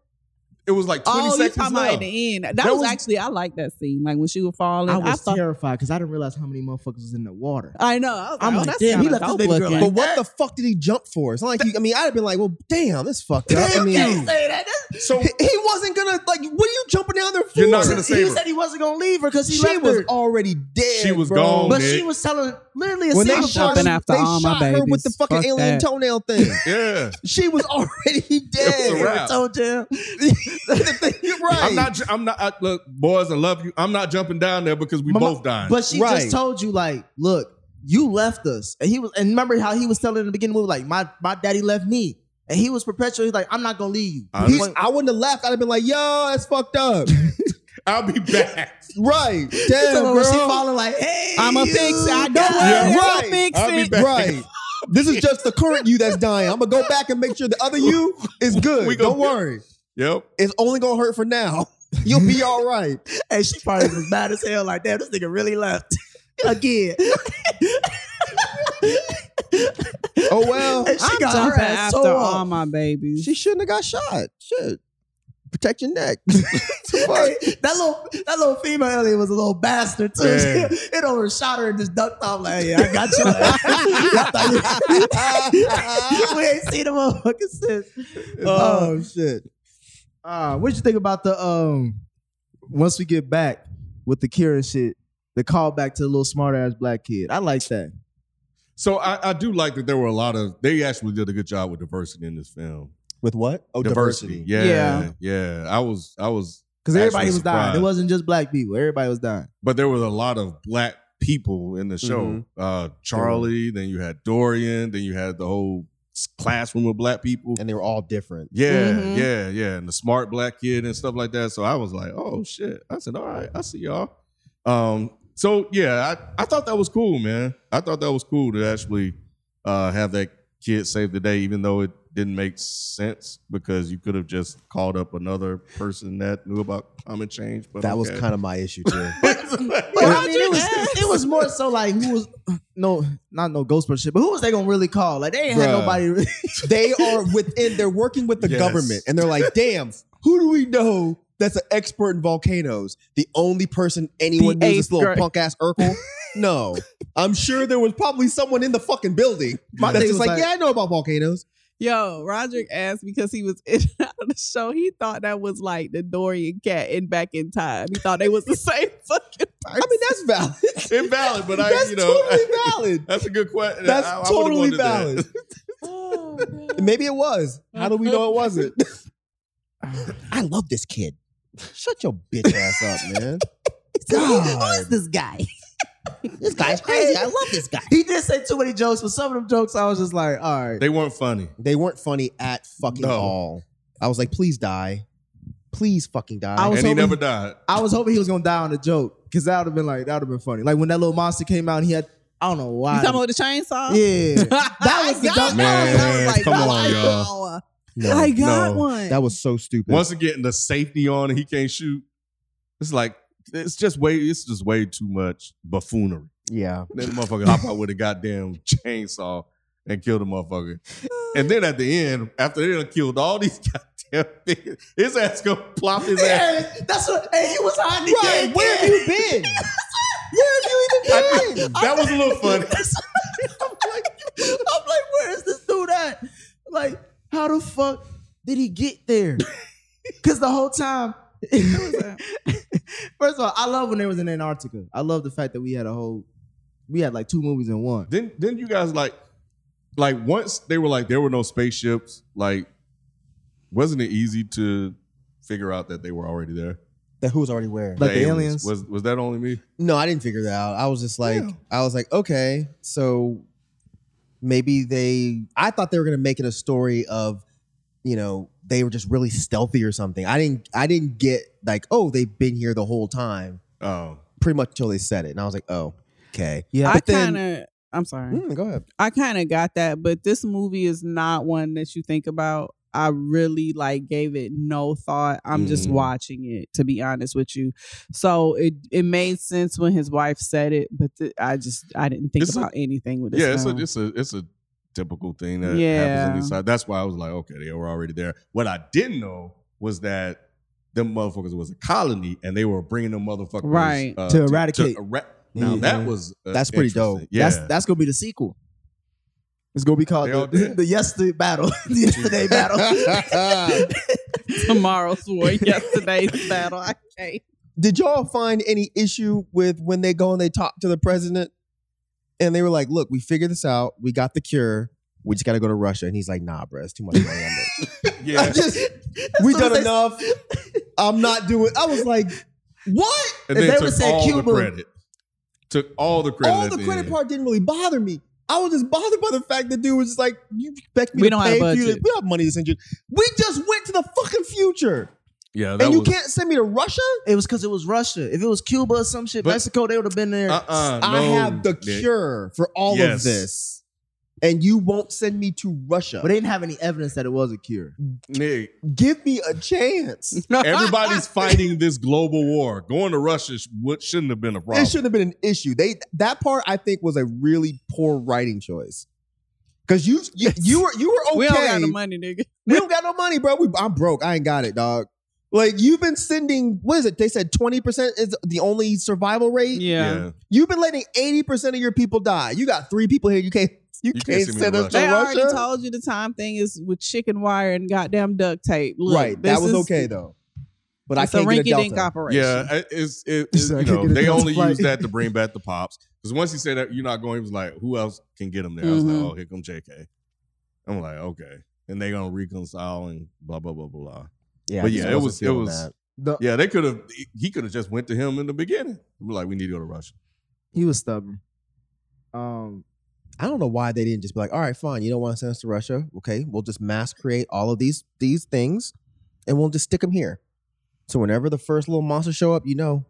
Speaker 9: it was like 20
Speaker 8: Oh, you
Speaker 9: seconds
Speaker 8: talking about
Speaker 9: left.
Speaker 8: at the end. That,
Speaker 9: That
Speaker 8: was,
Speaker 9: was-
Speaker 8: actually, I like that scene. Like when she was falling.
Speaker 5: I was
Speaker 8: thought-
Speaker 5: terrified because I didn't realize how many motherfuckers was in the water.
Speaker 8: I know. I was
Speaker 5: I'm
Speaker 8: like, oh,
Speaker 5: like,
Speaker 8: that's
Speaker 5: damn, he
Speaker 8: kinda
Speaker 5: left his
Speaker 8: dope
Speaker 5: baby girl
Speaker 8: looking.
Speaker 4: But what the fuck did he jump for? It's not like you, I mean, I'd have been like, well, damn, this fucked up. I
Speaker 5: Damn,
Speaker 4: mean,
Speaker 9: So
Speaker 4: he he wasn't gonna like. What are you jumping down there for?
Speaker 9: You're not gonna save
Speaker 5: He
Speaker 9: her.
Speaker 5: said he wasn't gonna leave her because he
Speaker 4: she
Speaker 5: left
Speaker 4: was
Speaker 5: her.
Speaker 4: already dead.
Speaker 9: She was
Speaker 4: bro.
Speaker 9: gone.
Speaker 5: But
Speaker 9: Nick.
Speaker 5: she was telling literally a
Speaker 4: When they
Speaker 5: scene
Speaker 4: shot,
Speaker 8: jumping
Speaker 4: her,
Speaker 8: after
Speaker 4: they
Speaker 8: all my
Speaker 4: shot her with
Speaker 8: babies.
Speaker 4: the fucking
Speaker 8: Fuck
Speaker 4: alien
Speaker 8: that.
Speaker 4: toenail thing.
Speaker 9: yeah,
Speaker 4: she was already
Speaker 9: It was a
Speaker 4: dead.
Speaker 9: wrap.
Speaker 5: told you.
Speaker 4: You're right.
Speaker 9: I'm not. ju- I'm not. I, look, boys, I love you. I'm not jumping down there because we
Speaker 5: My mom-
Speaker 9: both dying.
Speaker 5: But she
Speaker 4: Right.
Speaker 5: just told you, like, look, you left us. And he was and remember how he was telling in the beginning of the movie, like, my, my daddy left me. And he was perpetually like, I'm not gonna leave you.
Speaker 9: I
Speaker 4: He's-
Speaker 9: understand.
Speaker 4: I wouldn't have laughed. I'd have been like, yo, that's fucked up.
Speaker 9: I'll be back.
Speaker 4: right.
Speaker 5: So
Speaker 4: Damn,
Speaker 5: when
Speaker 4: girl.
Speaker 5: she falling like, hey,
Speaker 8: I'm a
Speaker 5: you
Speaker 8: fix it. I don't
Speaker 5: got
Speaker 8: worry.
Speaker 4: Yeah,
Speaker 8: I'ma
Speaker 4: right.
Speaker 8: fix
Speaker 9: I'll be
Speaker 8: it.
Speaker 9: back.
Speaker 4: Right. This is just the current you that's dying. I'm gonna go back and make sure the other you is good.
Speaker 9: We gonna-
Speaker 4: Don't worry.
Speaker 9: Yep.
Speaker 4: It's only gonna hurt for now. You'll be all right.
Speaker 5: And she probably was mad as hell, like, damn, this nigga really left. Again.
Speaker 4: Oh well.
Speaker 5: And she
Speaker 8: I'm
Speaker 5: got her
Speaker 8: jumping
Speaker 5: ass
Speaker 8: after
Speaker 5: so
Speaker 8: all
Speaker 5: off.
Speaker 8: my babies.
Speaker 4: She shouldn't have got shot. Shit. Protect your neck. Fuck.
Speaker 5: Hey, that little that little female alien was a little bastard too.
Speaker 9: Yeah.
Speaker 5: She, it overshot her and just ducked off like, yeah, I got you. I thought you- we ain't seen the motherfucker since. Um,
Speaker 4: oh shit.
Speaker 5: Uh, what you think about the um? Once we get back with the Kira shit, the call back to the little smart ass black kid. I like that.
Speaker 9: So I, I do like that there were a lot of. They actually did a good job with diversity in this film.
Speaker 4: With what? Oh,
Speaker 9: Yeah,
Speaker 5: Yeah.
Speaker 9: yeah. I was. I was.
Speaker 5: Because everybody
Speaker 9: actually
Speaker 5: was dying.
Speaker 9: surprised.
Speaker 5: It wasn't just black people. Everybody was dying.
Speaker 9: but there was a lot of black people in the show.
Speaker 4: Mhm.
Speaker 9: Uh, Charlie, then you had Dorian, then you had the whole s- classroom of black people.
Speaker 4: And they were all different.
Speaker 9: yeah,
Speaker 4: Mm-hmm.
Speaker 8: Mhm.
Speaker 9: yeah, yeah, and the smart black kid and stuff like that. So I was like, oh shit. I said, all right, I see y'all. Um, so yeah, I, I thought that was cool, man. I thought that was cool to actually uh, have that kid save the day, even though it didn't make sense because you could have just called up another person that knew about climate change. But
Speaker 4: That was
Speaker 9: okay.
Speaker 4: kind of my issue too.
Speaker 5: But I
Speaker 8: Why'd
Speaker 5: mean,
Speaker 8: you
Speaker 5: it was
Speaker 8: ask?
Speaker 5: it was more so like who was no not no ghost person shit, but who was they gonna really call? Like they ain't had
Speaker 4: Bruh.
Speaker 5: nobody. Really,
Speaker 4: they are within they're working with the
Speaker 9: Yes.
Speaker 4: government and they're like damn who do we know that's an expert in volcanoes the only person anyone
Speaker 8: The
Speaker 4: knows this
Speaker 8: eighth
Speaker 4: little
Speaker 8: grade.
Speaker 4: punk ass urkel no i'm sure there was probably someone in the fucking building
Speaker 5: My
Speaker 4: that's
Speaker 5: thing
Speaker 4: just
Speaker 5: was
Speaker 4: like,
Speaker 5: like-
Speaker 4: yeah i know about volcanoes
Speaker 8: Yo, Roderick asked because he was in and out of the show. He thought that was like the Dorian cat in Back in Time. He thought they was the same fucking
Speaker 4: i mean that's valid
Speaker 9: invalid, but I,
Speaker 4: that's
Speaker 9: you know,
Speaker 4: totally valid
Speaker 9: that's a good question.
Speaker 4: that's
Speaker 9: I- I would've
Speaker 4: totally
Speaker 9: wanted that.
Speaker 4: valid
Speaker 8: Oh,
Speaker 4: maybe it was how do we know it wasn't i love this kid shut your bitch ass up man God.
Speaker 5: this guy?
Speaker 4: this guy's crazy i love this guy
Speaker 5: He did say too many jokes, but some of them jokes I was just like, all right.
Speaker 9: They weren't funny.
Speaker 4: They weren't funny at fucking
Speaker 9: No.
Speaker 4: all. I was like, please die. Please fucking die.
Speaker 5: I was
Speaker 9: And he
Speaker 5: hoping-
Speaker 9: never died.
Speaker 5: I was hoping he was gonna die on a joke because that would have been like that would have been funny. Like when that little monster came out, and he had I don't know
Speaker 8: You
Speaker 5: why.
Speaker 8: talking about the chainsaw?
Speaker 5: yeah, that was the joke.
Speaker 8: I got
Speaker 9: Man,
Speaker 8: one. I was like,
Speaker 9: come
Speaker 8: wow,
Speaker 9: on, y'all.
Speaker 4: No,
Speaker 8: I got
Speaker 9: no.
Speaker 8: one.
Speaker 4: that was so stupid.
Speaker 9: Once again, the safety on and he can't shoot. It's like it's just way it's just way too much buffoonery.
Speaker 4: yeah.
Speaker 9: That motherfucker hop out with a goddamn chainsaw and kill the motherfucker. And then at the end, after they done killed all these goddamn things, his ass gonna plop his ass.
Speaker 5: Yeah, that's what. And he was hiding.
Speaker 4: Right.
Speaker 5: again.
Speaker 4: Where have you been? Where have you even been?
Speaker 9: That was a little funny.
Speaker 5: I'm like, I'm like, where is this dude at? Like, how the fuck did he get there? Because the whole time. First of all, I love when they was in Antarctica. I love the fact that we had a whole, we had like two movies in one.
Speaker 9: Then then you guys like like once they were like there were no spaceships, like wasn't it easy to figure out that they were already there?
Speaker 5: That who's already where?
Speaker 13: Like the aliens.
Speaker 9: Was was that only me?
Speaker 5: No, I didn't figure that out. I was just like, I was like, okay, so maybe they. I thought they were gonna make it a story of, you know, they were just really stealthy or something. I didn't. I didn't get like, oh, they've been here the whole time.
Speaker 9: Oh,
Speaker 5: pretty much until they said it, and I was like, oh, okay,
Speaker 8: Yeah, I
Speaker 5: But then-
Speaker 8: kind of. I'm sorry.
Speaker 5: Mm, go ahead.
Speaker 8: I kind of got that, but this movie is not one that you think about. I really like gave it no thought. I'm just
Speaker 11: Mm.
Speaker 8: watching it to be honest with you. So it it made sense when his wife said it, but th- I just I didn't think
Speaker 9: It's a-
Speaker 8: about anything with this.
Speaker 9: yeah, it's
Speaker 8: film.
Speaker 9: a, it's a it's a typical thing that happens
Speaker 8: Yeah.
Speaker 9: on these sides. That's why I was like, okay, they were already there. What I didn't know was that them motherfuckers was a colony and they were bringing them motherfuckers uh,
Speaker 13: Right. To eradicate.
Speaker 9: era- now that
Speaker 13: Mhm.
Speaker 9: was uh,
Speaker 13: that's pretty
Speaker 9: interesting.
Speaker 13: dope.
Speaker 9: Yeah,
Speaker 13: That's that's gonna be the sequel. It's gonna be called
Speaker 9: They all
Speaker 13: the, the yesterday battle, the yesterday battle.
Speaker 8: Tomorrow's war, yesterday's battle. I can't.
Speaker 5: Did y'all find any issue with when they go and they talk to the president? And they were like, look, we figured this out. We got the cure. We just got to go to Russia. And he's like, nah, bruh, it's too much money on this.
Speaker 9: yeah.
Speaker 5: I just, we done enough. I'm not doing, I was like, what?
Speaker 9: and then took all the credit. Took all the credit.
Speaker 5: all
Speaker 9: at
Speaker 5: the
Speaker 9: the
Speaker 5: credit
Speaker 9: end.
Speaker 5: part didn't really bother me. I was just bothered by the fact that dude was just like, you expect me
Speaker 9: We
Speaker 5: to
Speaker 9: don't have
Speaker 5: pay
Speaker 9: a
Speaker 5: for you?
Speaker 9: budget.
Speaker 5: We don't have money to send you. We just went to the fucking future.
Speaker 9: Yeah, that
Speaker 5: And you
Speaker 9: was,
Speaker 5: can't send me to Russia?
Speaker 13: It was because it was Russia. If it was Cuba or some shit, Mexico, they would have been there.
Speaker 9: Uh-uh,
Speaker 5: I
Speaker 9: no,
Speaker 5: have the
Speaker 9: Nick.
Speaker 5: cure for all
Speaker 9: Yes.
Speaker 5: of this, and you won't send me to Russia.
Speaker 13: But they didn't have any evidence that it was a cure.
Speaker 9: Nick.
Speaker 5: Give me a chance.
Speaker 9: Everybody's fighting this global war. Going to Russia sh- what shouldn't have been a problem.
Speaker 5: It shouldn't have been an issue. They that part I think was a really poor writing choice. Cause you you, you were you were okay.
Speaker 8: We don't got the money, nigga.
Speaker 5: We don't got no money, bro. We, I'm broke. I ain't got it, dog. Like you've been sending. What is it? They said 20 percent is the only survival rate.
Speaker 8: Yeah. Yeah.
Speaker 5: You've been letting 80 percent of your people die. You got three people here. You can't. You, can't,
Speaker 9: send me
Speaker 5: send
Speaker 9: to
Speaker 5: us to
Speaker 8: They
Speaker 5: Russia.
Speaker 8: already told you the time thing is with chicken wire and goddamn duct tape. Look,
Speaker 5: right. That
Speaker 8: this
Speaker 5: was
Speaker 8: is-
Speaker 5: okay though. But I
Speaker 8: it's a
Speaker 5: can't get a
Speaker 8: rinky-dink
Speaker 5: delta.
Speaker 8: operation.
Speaker 9: Yeah, I- it's it, it's, you
Speaker 5: I can't
Speaker 9: know,
Speaker 5: get a
Speaker 9: they
Speaker 5: Delta
Speaker 9: only
Speaker 5: flight.
Speaker 9: use that to bring back the pops. Because once he said that you're not going, he was like, "Who else can get him there?" I was
Speaker 5: Mhm.
Speaker 9: like, "Oh, here come JK." I'm like, "Okay," and they gonna reconcile and blah blah blah blah. blah.
Speaker 5: Yeah, I
Speaker 9: but
Speaker 5: just
Speaker 9: yeah, it
Speaker 5: wasn't
Speaker 9: was it
Speaker 5: feeling
Speaker 9: was
Speaker 5: that. The-
Speaker 9: yeah they could have he could have just went to him in the beginning. We're like, we need to go to Russia.
Speaker 13: He was stubborn. Um,
Speaker 5: I don't know why they didn't just be like, all right, fine, you don't want to send us to Russia. Okay, we'll just mass create all of these these things and we'll just stick them here. So whenever the first little monster show up, you know,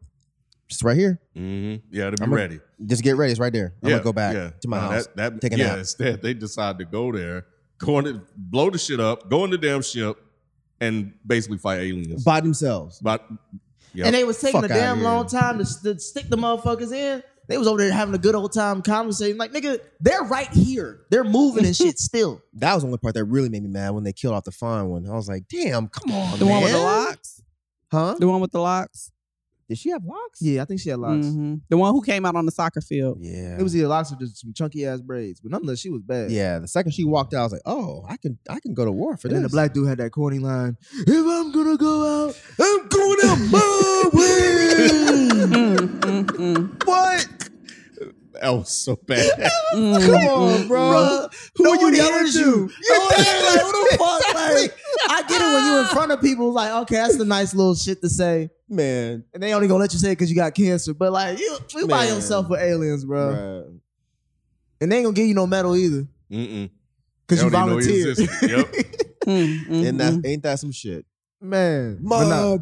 Speaker 5: it's right here.
Speaker 9: Mm-hmm. Yeah, to be
Speaker 5: I'm gonna-
Speaker 9: ready.
Speaker 5: Just get ready. It's right there. I'm
Speaker 9: yeah,
Speaker 5: gonna go back
Speaker 9: yeah.
Speaker 5: to my
Speaker 9: No,
Speaker 5: house.
Speaker 9: That, that,
Speaker 5: take a
Speaker 9: yeah,
Speaker 5: nap.
Speaker 9: instead they decide to go there, go on to blow the shit up, go in the damn ship, and basically fight aliens.
Speaker 5: By themselves.
Speaker 9: But yeah.
Speaker 13: And they was taking
Speaker 9: Fuck
Speaker 13: a
Speaker 9: outta
Speaker 13: damn
Speaker 9: here.
Speaker 13: long time to, s- to stick the motherfuckers in. They was over there having a good old time conversating. Like, nigga, they're right here. They're moving and shit still.
Speaker 5: That was the only part that really made me mad when they killed off the fine one. I was like, damn, come on.
Speaker 8: The one with the
Speaker 5: man.
Speaker 8: locks?
Speaker 5: Huh?
Speaker 8: The one with the locks?
Speaker 5: Did she have locks?
Speaker 13: Yeah, I think she had locks.
Speaker 8: Mhm. The one who came out on the soccer field.
Speaker 5: Yeah.
Speaker 13: It was either locks or just some chunky ass braids. But nonetheless, she was bad.
Speaker 5: Yeah. The second she walked out, I was like, oh, I can I can go to war for
Speaker 13: And then the
Speaker 5: this.
Speaker 13: black dude had that corny line, if I'm gonna go out,
Speaker 5: I'm going out my
Speaker 8: Mm-hmm. way.
Speaker 5: what?
Speaker 9: That was so bad.
Speaker 5: Come on, bro.
Speaker 13: Who
Speaker 5: mm, No
Speaker 13: are you
Speaker 5: one
Speaker 13: yelling
Speaker 5: hears
Speaker 13: at? You?
Speaker 5: you.
Speaker 13: No one
Speaker 5: Exactly.
Speaker 13: hears you. Who the fuck?
Speaker 5: Exactly. Ah.
Speaker 13: Like, I get it when you in front of people. Like, okay, that's a nice little shit to say,
Speaker 5: man.
Speaker 13: And they only gonna let you say it because you got cancer. But like, you, you by
Speaker 5: Man.
Speaker 13: yourself with aliens, bro. And they ain't gonna give you no medal either
Speaker 9: Mm-mm.
Speaker 13: because you
Speaker 5: They don't even know he
Speaker 13: volunteered.
Speaker 9: existed. Yep.
Speaker 5: And
Speaker 8: Mm-hmm.
Speaker 5: that ain't that some shit.
Speaker 13: Man,
Speaker 5: My
Speaker 13: but nah.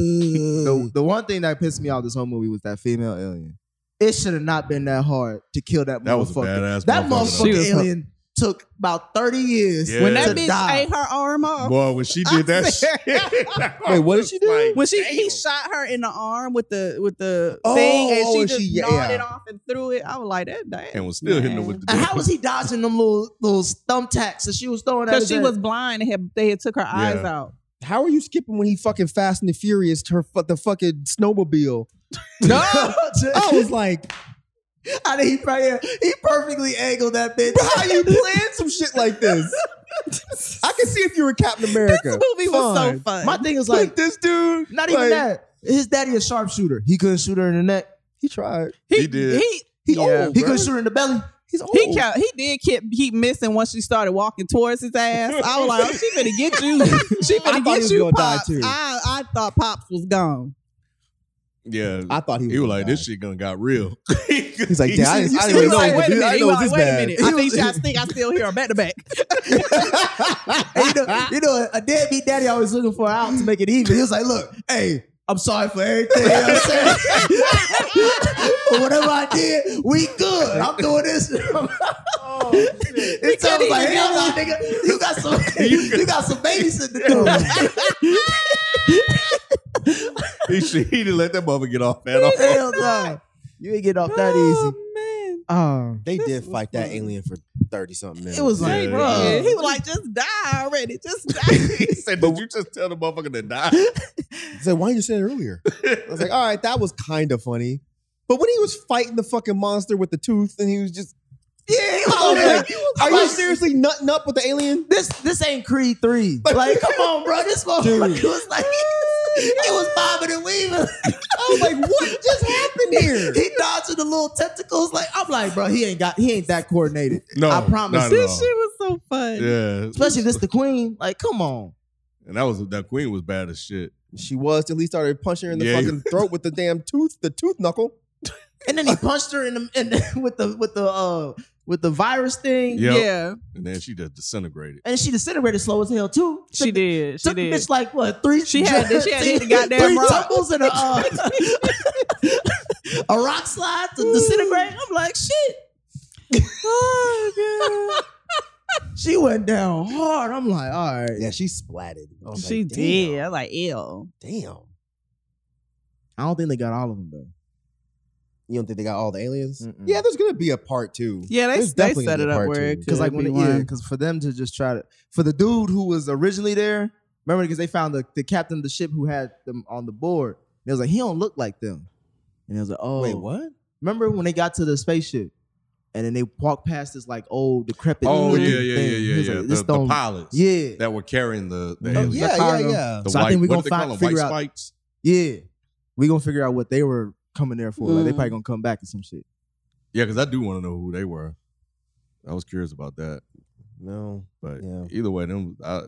Speaker 5: the,
Speaker 13: the one thing that pissed me off this whole movie was that female alien. It should have not been that hard to kill that,
Speaker 9: That
Speaker 13: motherfucker.
Speaker 9: was a badass
Speaker 13: that
Speaker 9: motherfucker, though.
Speaker 13: motherfucking alien took about thirty years.
Speaker 9: Yeah. When that
Speaker 13: to
Speaker 9: bitch
Speaker 13: die.
Speaker 8: Ate her arm off.
Speaker 9: Boy, when she did that shit.
Speaker 5: Wait, what did she do?
Speaker 8: When she he shot her in the arm with the with the
Speaker 5: Oh,
Speaker 8: thing and she
Speaker 5: and
Speaker 8: just
Speaker 5: she- yeah,
Speaker 8: gnawed
Speaker 5: yeah.
Speaker 8: it off and threw it. I was like, that damn.
Speaker 9: and was still hitting her with the
Speaker 13: And how was he dodging them little little thumbtacks that she was throwing at
Speaker 8: Because
Speaker 13: his
Speaker 8: she
Speaker 13: ass?
Speaker 8: was blind and had, they had took her eyes
Speaker 5: Yeah.
Speaker 8: out.
Speaker 5: How are you skipping when he fucking Fast and the Furious to her fu- the fucking snowmobile? No, I was like,
Speaker 13: I think he probably he perfectly angled that bitch.
Speaker 5: bro, how you playing some shit like this? I can see if you were Captain America.
Speaker 13: My thing is like
Speaker 5: this dude.
Speaker 13: Not even
Speaker 5: like-
Speaker 13: that. His daddy a sharpshooter. He couldn't shoot her in the neck.
Speaker 5: He tried.
Speaker 9: He, did.
Speaker 8: He
Speaker 13: He,
Speaker 8: Yeah.
Speaker 13: he couldn't
Speaker 8: bruh.
Speaker 13: shoot her in the belly.
Speaker 5: He's
Speaker 8: He kept, he did keep, keep missing once she started walking towards his ass. I was like, oh, she finna get you. She
Speaker 5: I
Speaker 8: finna
Speaker 5: thought he
Speaker 8: get
Speaker 5: was
Speaker 8: you,
Speaker 5: gonna die,
Speaker 8: Pops.
Speaker 5: too.
Speaker 8: I, I thought Pops was gone.
Speaker 9: Yeah,
Speaker 11: I thought he was
Speaker 9: He was
Speaker 11: gonna
Speaker 9: like, "This shit gonna got real."
Speaker 11: He's like, damn, I,
Speaker 9: You
Speaker 11: didn't-
Speaker 9: see-
Speaker 11: I didn't
Speaker 9: you
Speaker 11: know
Speaker 9: see-
Speaker 11: it was
Speaker 9: wait a
Speaker 11: this- I didn't
Speaker 8: He
Speaker 11: know it
Speaker 8: was
Speaker 11: was
Speaker 8: like,
Speaker 11: this
Speaker 8: wait a
Speaker 11: bad.
Speaker 8: minute. I think I think I still hear him back to back.
Speaker 5: And you know, you know, a deadbeat daddy always looking for an out to make it even. He was like, look, hey, I'm sorry for everything. You know what I'm saying? but whatever I did, we good. I'm doing this. it sounds like,
Speaker 11: even
Speaker 5: hey,
Speaker 11: do
Speaker 5: I'm not, nigga. You got some, you got some babysitting to
Speaker 9: he, should, he didn't let that mother get off at
Speaker 5: do.
Speaker 9: all.
Speaker 5: Hell no. You ain't get off that easy. Oh,
Speaker 4: they did fight that alien for thirty something minutes.
Speaker 8: It was like,
Speaker 9: Yeah.
Speaker 8: bruh. He was like, just die already. Just die.
Speaker 9: He said, "Did you just tell the motherfucker to die?"
Speaker 4: He's like, why didn't you say it earlier? I was like, all right, that was kind of funny. But when he was fighting the fucking monster with the tooth and he was just,
Speaker 5: Yeah, he
Speaker 4: I
Speaker 5: was
Speaker 4: was
Speaker 5: over there.
Speaker 4: like, are you seriously nutting up with the alien?
Speaker 5: This this ain't Creed 3. Like, come on, bro. This motherfucker was like, it was bobbing and weaving.
Speaker 4: I was like, what just happened here?
Speaker 5: He dodging the little tentacles. Like I'm like, bro, he ain't got, he ain't that coordinated.
Speaker 9: No,
Speaker 5: I promise.
Speaker 9: not at This all. shit
Speaker 8: was so fun.
Speaker 9: Yeah,
Speaker 5: Especially if this the queen. Like, come on.
Speaker 9: and that was that queen was bad as shit.
Speaker 4: She was till he started punching her in the
Speaker 9: Yeah,
Speaker 4: fucking throat with the damn tooth, the tooth knuckle.
Speaker 5: And then he punched her in the, in the with the with the uh with the virus thing.
Speaker 9: Yep.
Speaker 8: Yeah.
Speaker 9: And then she just disintegrated.
Speaker 5: And she disintegrated slow as hell too.
Speaker 8: She did. She
Speaker 5: Took the
Speaker 8: did.
Speaker 5: bitch like what three?
Speaker 8: She had to- she had to hit the goddamn
Speaker 5: three
Speaker 8: rock.
Speaker 5: tumbles and a uh, a rock slide to disintegrate. I'm like shit.
Speaker 8: Oh,
Speaker 5: She went down hard. I'm like, all right.
Speaker 4: Yeah, she splatted. I was
Speaker 8: she
Speaker 4: like,
Speaker 8: did. I was like, ew.
Speaker 4: Damn. damn.
Speaker 5: I don't think they got all of them though.
Speaker 4: You don't think they got all the aliens? Yeah, there's gonna be a part two.
Speaker 8: Yeah, they,
Speaker 4: There's
Speaker 8: they
Speaker 4: definitely
Speaker 8: set
Speaker 4: gonna
Speaker 8: it
Speaker 4: be a
Speaker 8: up
Speaker 4: part
Speaker 8: where
Speaker 4: two.
Speaker 8: it could
Speaker 5: Because like when
Speaker 8: be
Speaker 5: it, yeah,
Speaker 8: one.
Speaker 5: because for them to just try to for the dude who was originally there, remember because they found the, the captain of the ship who had them on the board. They was like, he don't look like them. And it was like, oh
Speaker 4: Wait, what?
Speaker 5: Remember when they got to the spaceship and then they walked past this like old decrepit.
Speaker 9: Oh
Speaker 5: looking
Speaker 9: yeah, yeah, yeah,
Speaker 5: thing. He
Speaker 9: yeah,
Speaker 5: was
Speaker 8: uh,
Speaker 9: yeah.
Speaker 5: like,
Speaker 9: the,
Speaker 5: this
Speaker 9: the
Speaker 5: don't-
Speaker 9: pilots,
Speaker 5: Yeah.
Speaker 9: that were carrying the, the
Speaker 5: No,
Speaker 9: aliens.
Speaker 4: Yeah,
Speaker 5: Chicago.
Speaker 4: yeah, yeah.
Speaker 9: The
Speaker 5: So I
Speaker 9: white,
Speaker 5: think we
Speaker 9: what do
Speaker 5: gonna
Speaker 9: they call
Speaker 5: find-
Speaker 9: them?
Speaker 5: figure
Speaker 9: White
Speaker 5: out-
Speaker 9: spikes.
Speaker 5: Yeah. We gonna figure out what they were coming there for.
Speaker 8: Mm.
Speaker 5: Like they probably gonna come back or some shit.
Speaker 9: Yeah, because I do want to know who they were. I was curious about that,
Speaker 4: No.
Speaker 9: but
Speaker 4: Yeah.
Speaker 9: either way, them I,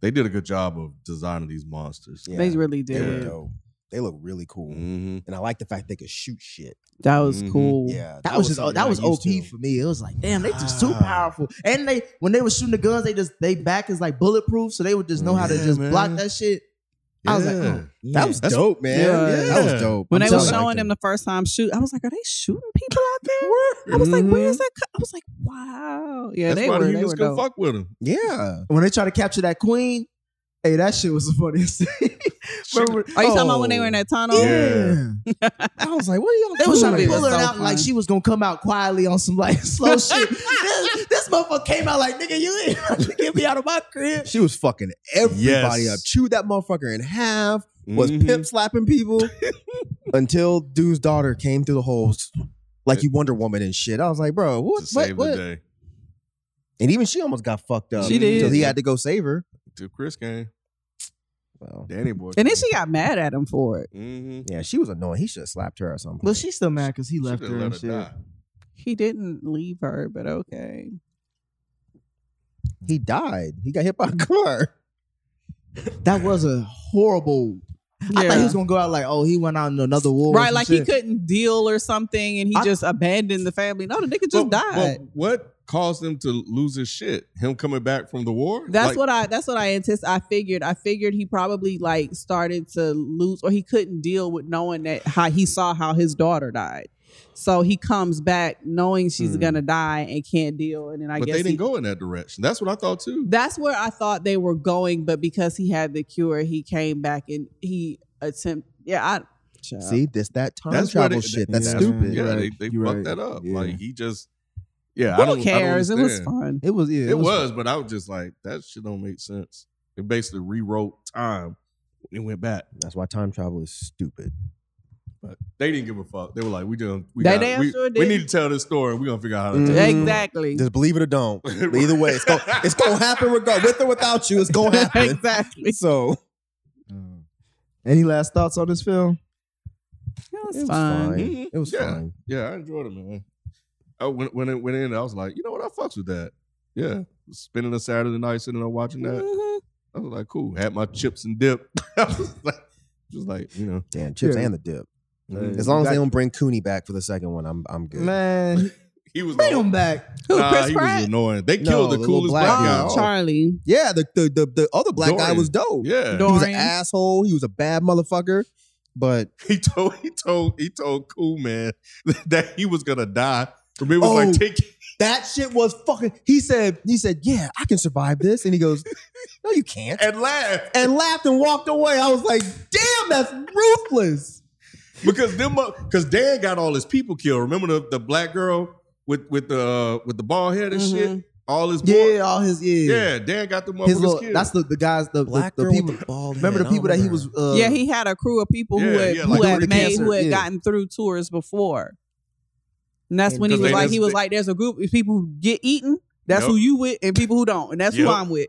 Speaker 9: they did a good job of designing these monsters.
Speaker 4: Yeah.
Speaker 8: They really
Speaker 4: They look
Speaker 8: did.
Speaker 4: dope. They look really cool.
Speaker 9: hmm
Speaker 4: And I like the fact they could shoot shit.
Speaker 8: That was
Speaker 9: Mhm.
Speaker 8: cool.
Speaker 4: Yeah.
Speaker 5: That, was, just
Speaker 4: something
Speaker 5: that
Speaker 4: I
Speaker 5: was OP
Speaker 4: used to.
Speaker 5: for me. It was like, damn, they just too
Speaker 4: Ah.
Speaker 5: powerful. And they when they were shooting the guns, they just they back is like bulletproof, so they would just know how to
Speaker 9: Yeah,
Speaker 5: just block
Speaker 9: man.
Speaker 5: that shit. I was like, oh,
Speaker 4: That was
Speaker 9: That's-
Speaker 4: dope, man.
Speaker 8: Yeah.
Speaker 4: That was dope.
Speaker 8: When
Speaker 4: I'm
Speaker 8: they were
Speaker 4: telling you.
Speaker 8: showing them the first time shoot, I was like, are they shooting people out there? I was like, where is that? co- I was like, wow. Yeah,
Speaker 9: That's
Speaker 8: they
Speaker 9: why
Speaker 8: were.
Speaker 9: the
Speaker 8: They were
Speaker 9: humans could
Speaker 8: dope.
Speaker 9: fuck with them.
Speaker 4: Yeah.
Speaker 5: when they try to capture that queen, hey, that shit was the funniest thing. Remember- Oh.
Speaker 8: Are you talking about when they were in that tunnel?
Speaker 9: Yeah.
Speaker 4: I was like, what are y'all
Speaker 5: They was trying to
Speaker 8: It
Speaker 5: pull
Speaker 8: was
Speaker 5: her
Speaker 8: so
Speaker 5: out like
Speaker 8: fun.
Speaker 5: she was gonna come out quietly on some like slow shit. this, this motherfucker came out like, nigga, you ain't about to get me out of my crib.
Speaker 4: She was fucking everybody
Speaker 9: Yes.
Speaker 4: up. Chewed that motherfucker in half. Was
Speaker 9: Mhm.
Speaker 4: pimp slapping people until dude's daughter came through the holes, like you Wonder Woman and shit. I was like, bro, what?
Speaker 9: to
Speaker 4: what,
Speaker 9: save
Speaker 4: what?
Speaker 9: the day.
Speaker 4: And even she almost got fucked up.
Speaker 8: She did.
Speaker 4: So he had to go save her.
Speaker 9: To Chris came,
Speaker 4: Well,
Speaker 9: Danny boy.
Speaker 8: And then she got mad at him for it.
Speaker 9: Mm-hmm.
Speaker 4: yeah, she was annoying. He should have slapped her or something.
Speaker 5: But she's still mad because he left her
Speaker 9: let
Speaker 5: and
Speaker 9: her
Speaker 5: shit.
Speaker 9: die.
Speaker 8: He didn't leave her, but okay.
Speaker 4: He died. He got hit by a car.
Speaker 5: That was a horrible. I thought he
Speaker 8: Yeah.
Speaker 5: was gonna go out like, oh, he went out in another war. or
Speaker 8: Right,
Speaker 5: some
Speaker 8: like he
Speaker 5: shit.
Speaker 8: couldn't deal or something, and he
Speaker 5: I-
Speaker 8: just abandoned the family. No, the nigga just
Speaker 9: But-
Speaker 8: died.
Speaker 9: but what caused him to lose his shit? Him coming back from the war?
Speaker 8: That's
Speaker 9: Like,
Speaker 8: what I. That's what I anticipate. I figured. I figured he probably like started to lose, or he couldn't deal with knowing that how he saw how his daughter died. So he comes back knowing she's gonna die and can't deal, and then I
Speaker 9: but
Speaker 8: guess
Speaker 9: they didn't
Speaker 8: he-
Speaker 9: go in that direction. That's what I thought too.
Speaker 8: That's where I thought they were going, but because he had the cure, he came back and he attempt. Yeah, I. Child.
Speaker 4: See, this that time
Speaker 9: That's where
Speaker 4: travel
Speaker 9: they-
Speaker 4: shit. That's
Speaker 5: yeah.
Speaker 4: stupid.
Speaker 9: Yeah,
Speaker 5: right.
Speaker 9: they, they
Speaker 5: You're
Speaker 9: fucked
Speaker 5: right.
Speaker 9: that up.
Speaker 5: Yeah.
Speaker 9: Like he just, yeah. I
Speaker 8: Who
Speaker 9: don't, I don't
Speaker 8: cares? It was
Speaker 9: understand.
Speaker 8: fun.
Speaker 5: It was. Yeah,
Speaker 9: It, was, but I was just like, that shit don't make sense. It basically rewrote time. It went back,
Speaker 4: That's why time travel is stupid.
Speaker 9: but they didn't give a fuck. They were like, we doing, we,
Speaker 8: They
Speaker 9: got,
Speaker 8: damn
Speaker 9: we,
Speaker 8: sure
Speaker 9: we
Speaker 8: didn't.
Speaker 9: need to tell this story. We're gonna figure out how to.
Speaker 4: Mm-hmm.
Speaker 9: tell it.
Speaker 8: Exactly.
Speaker 4: Just believe it or don't. But Either way, it's gonna, it's gonna happen regardless. With or without you, it's gonna happen.
Speaker 8: exactly.
Speaker 4: So
Speaker 5: Any last thoughts on this film?
Speaker 8: It was, Mm-hmm.
Speaker 4: it was
Speaker 8: fun.
Speaker 4: fine.
Speaker 9: Mhm.
Speaker 4: It was
Speaker 9: Yeah.
Speaker 4: fine.
Speaker 9: Yeah, I enjoyed it, man. I, when when it went in, I was like, you know what? I fucks with that. Yeah, spending a Saturday night sitting there watching that.
Speaker 8: Mhm.
Speaker 9: I was like, cool. Had my chips and dip. I was like, just like you know,
Speaker 4: Damn, chips
Speaker 5: Yeah.
Speaker 4: and the dip. Mm. As long as they don't bring Cooney back for the second one, I'm I'm good.
Speaker 5: Man,
Speaker 9: he was
Speaker 5: bring him back. Who,
Speaker 9: Nah, Chris he was Pratt? annoying. They killed the
Speaker 4: little
Speaker 9: coolest black guy. Oh,
Speaker 8: Charlie.
Speaker 4: Yeah, the the the, the other black guy
Speaker 9: Dorian.
Speaker 4: was dope.
Speaker 9: Yeah.
Speaker 4: he was an
Speaker 9: Dorian.
Speaker 4: asshole. He was a bad motherfucker. But
Speaker 9: he told he told he told Cool Man that he was gonna die. Remember, it was
Speaker 8: Oh.
Speaker 9: like take
Speaker 4: that shit was fucking. He said he said, "Yeah, I can survive this," and he goes, "No, you can't."
Speaker 9: and laugh
Speaker 4: and laughed and walked away. I was like, "Damn, that's ruthless."
Speaker 9: because them because Dan got all his people killed. Remember the, the black girl with with the uh, with the bald head and
Speaker 8: Mm-hmm.
Speaker 9: shit. All his
Speaker 5: yeah, all his yeah,
Speaker 9: yeah. Dan got the
Speaker 5: His
Speaker 9: motherfuckers
Speaker 5: little,
Speaker 9: killed.
Speaker 5: that's the, the guys the
Speaker 4: Black
Speaker 5: the, the
Speaker 4: girl with
Speaker 5: people.
Speaker 4: the bald
Speaker 5: remember
Speaker 4: head,
Speaker 5: the
Speaker 4: I
Speaker 5: people that he was
Speaker 4: remember.
Speaker 5: uh,
Speaker 8: yeah, he had a crew of people who
Speaker 9: Yeah,
Speaker 8: had
Speaker 9: yeah,
Speaker 8: who
Speaker 9: like
Speaker 8: had
Speaker 9: Jordan
Speaker 8: made
Speaker 9: Peterson,
Speaker 8: who had
Speaker 9: yeah.
Speaker 8: gotten through tours before. And that's when he
Speaker 9: Because
Speaker 8: was
Speaker 9: they
Speaker 8: like,
Speaker 9: just-
Speaker 8: he was like, there's a group of people who get eaten. That's
Speaker 9: Yep.
Speaker 8: who you with, and people who don't, and that's who
Speaker 9: Yep.
Speaker 8: I'm with.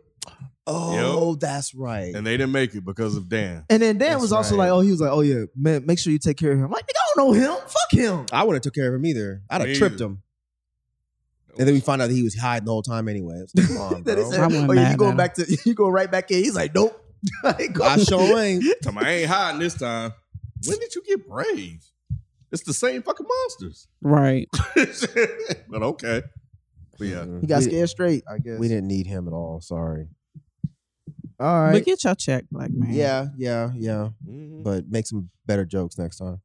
Speaker 4: Oh, that's right.
Speaker 9: and they didn't make it because of Dan.
Speaker 5: and then Dan was also like, oh, he was like, oh yeah, man, make sure you take care of him. I'm like, nigga, I don't know him. Fuck him.
Speaker 4: I wouldn't have took care of him either. I'd have
Speaker 9: Me
Speaker 4: tripped
Speaker 9: either.
Speaker 4: him. And then we find out that he was hiding the whole time anyway. It's like, come on,
Speaker 5: Then he
Speaker 4: bro.
Speaker 5: said,
Speaker 8: I wasn't
Speaker 5: oh yeah,
Speaker 8: mad
Speaker 5: you
Speaker 8: at
Speaker 5: going
Speaker 8: him.
Speaker 5: back to you going right back in. He's like, nope. I ain't
Speaker 4: I
Speaker 5: going.
Speaker 4: sure ain't.
Speaker 9: Tell me, I ain't hiding this time. When did you get brave? It's the same fucking monsters.
Speaker 8: Right.
Speaker 9: but okay. But yeah.
Speaker 5: He got
Speaker 4: we,
Speaker 5: scared straight. I guess.
Speaker 4: we didn't need him at all. Sorry.
Speaker 5: All right.
Speaker 8: But get your check, black man.
Speaker 4: Yeah, yeah, yeah.
Speaker 9: Mhm.
Speaker 4: But make some better jokes next time.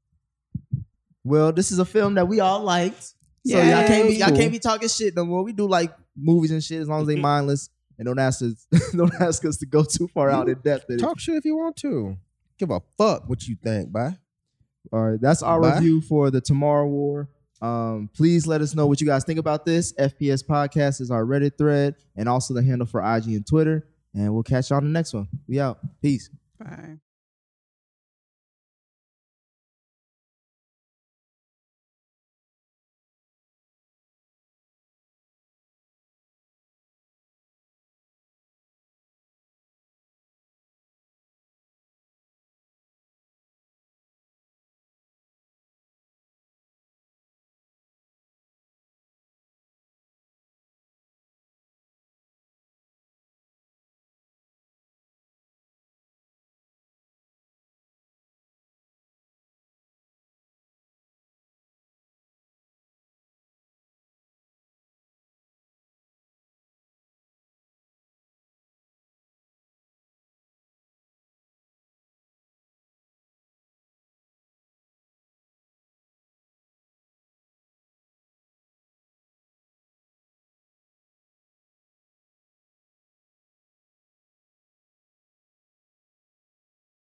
Speaker 5: Well, this is a film that we all liked. So y'all
Speaker 8: Yay.
Speaker 5: can't be y'all
Speaker 8: Cool.
Speaker 5: can't be talking shit no more. We do like movies and shit as long as
Speaker 4: Mm-hmm.
Speaker 5: they mindless and don't ask us don't ask us to go too far out in depth. in it.
Speaker 4: Talk shit if you want to. Give a fuck what you think, bye.
Speaker 5: All right, that's our
Speaker 4: Bye.
Speaker 5: review for the Tomorrow War. Um, please let us know what you guys think about this. FPS Podcast is our Reddit thread and also the handle for IG and Twitter. And we'll catch y'all on the next one. We out. Peace.
Speaker 8: Bye.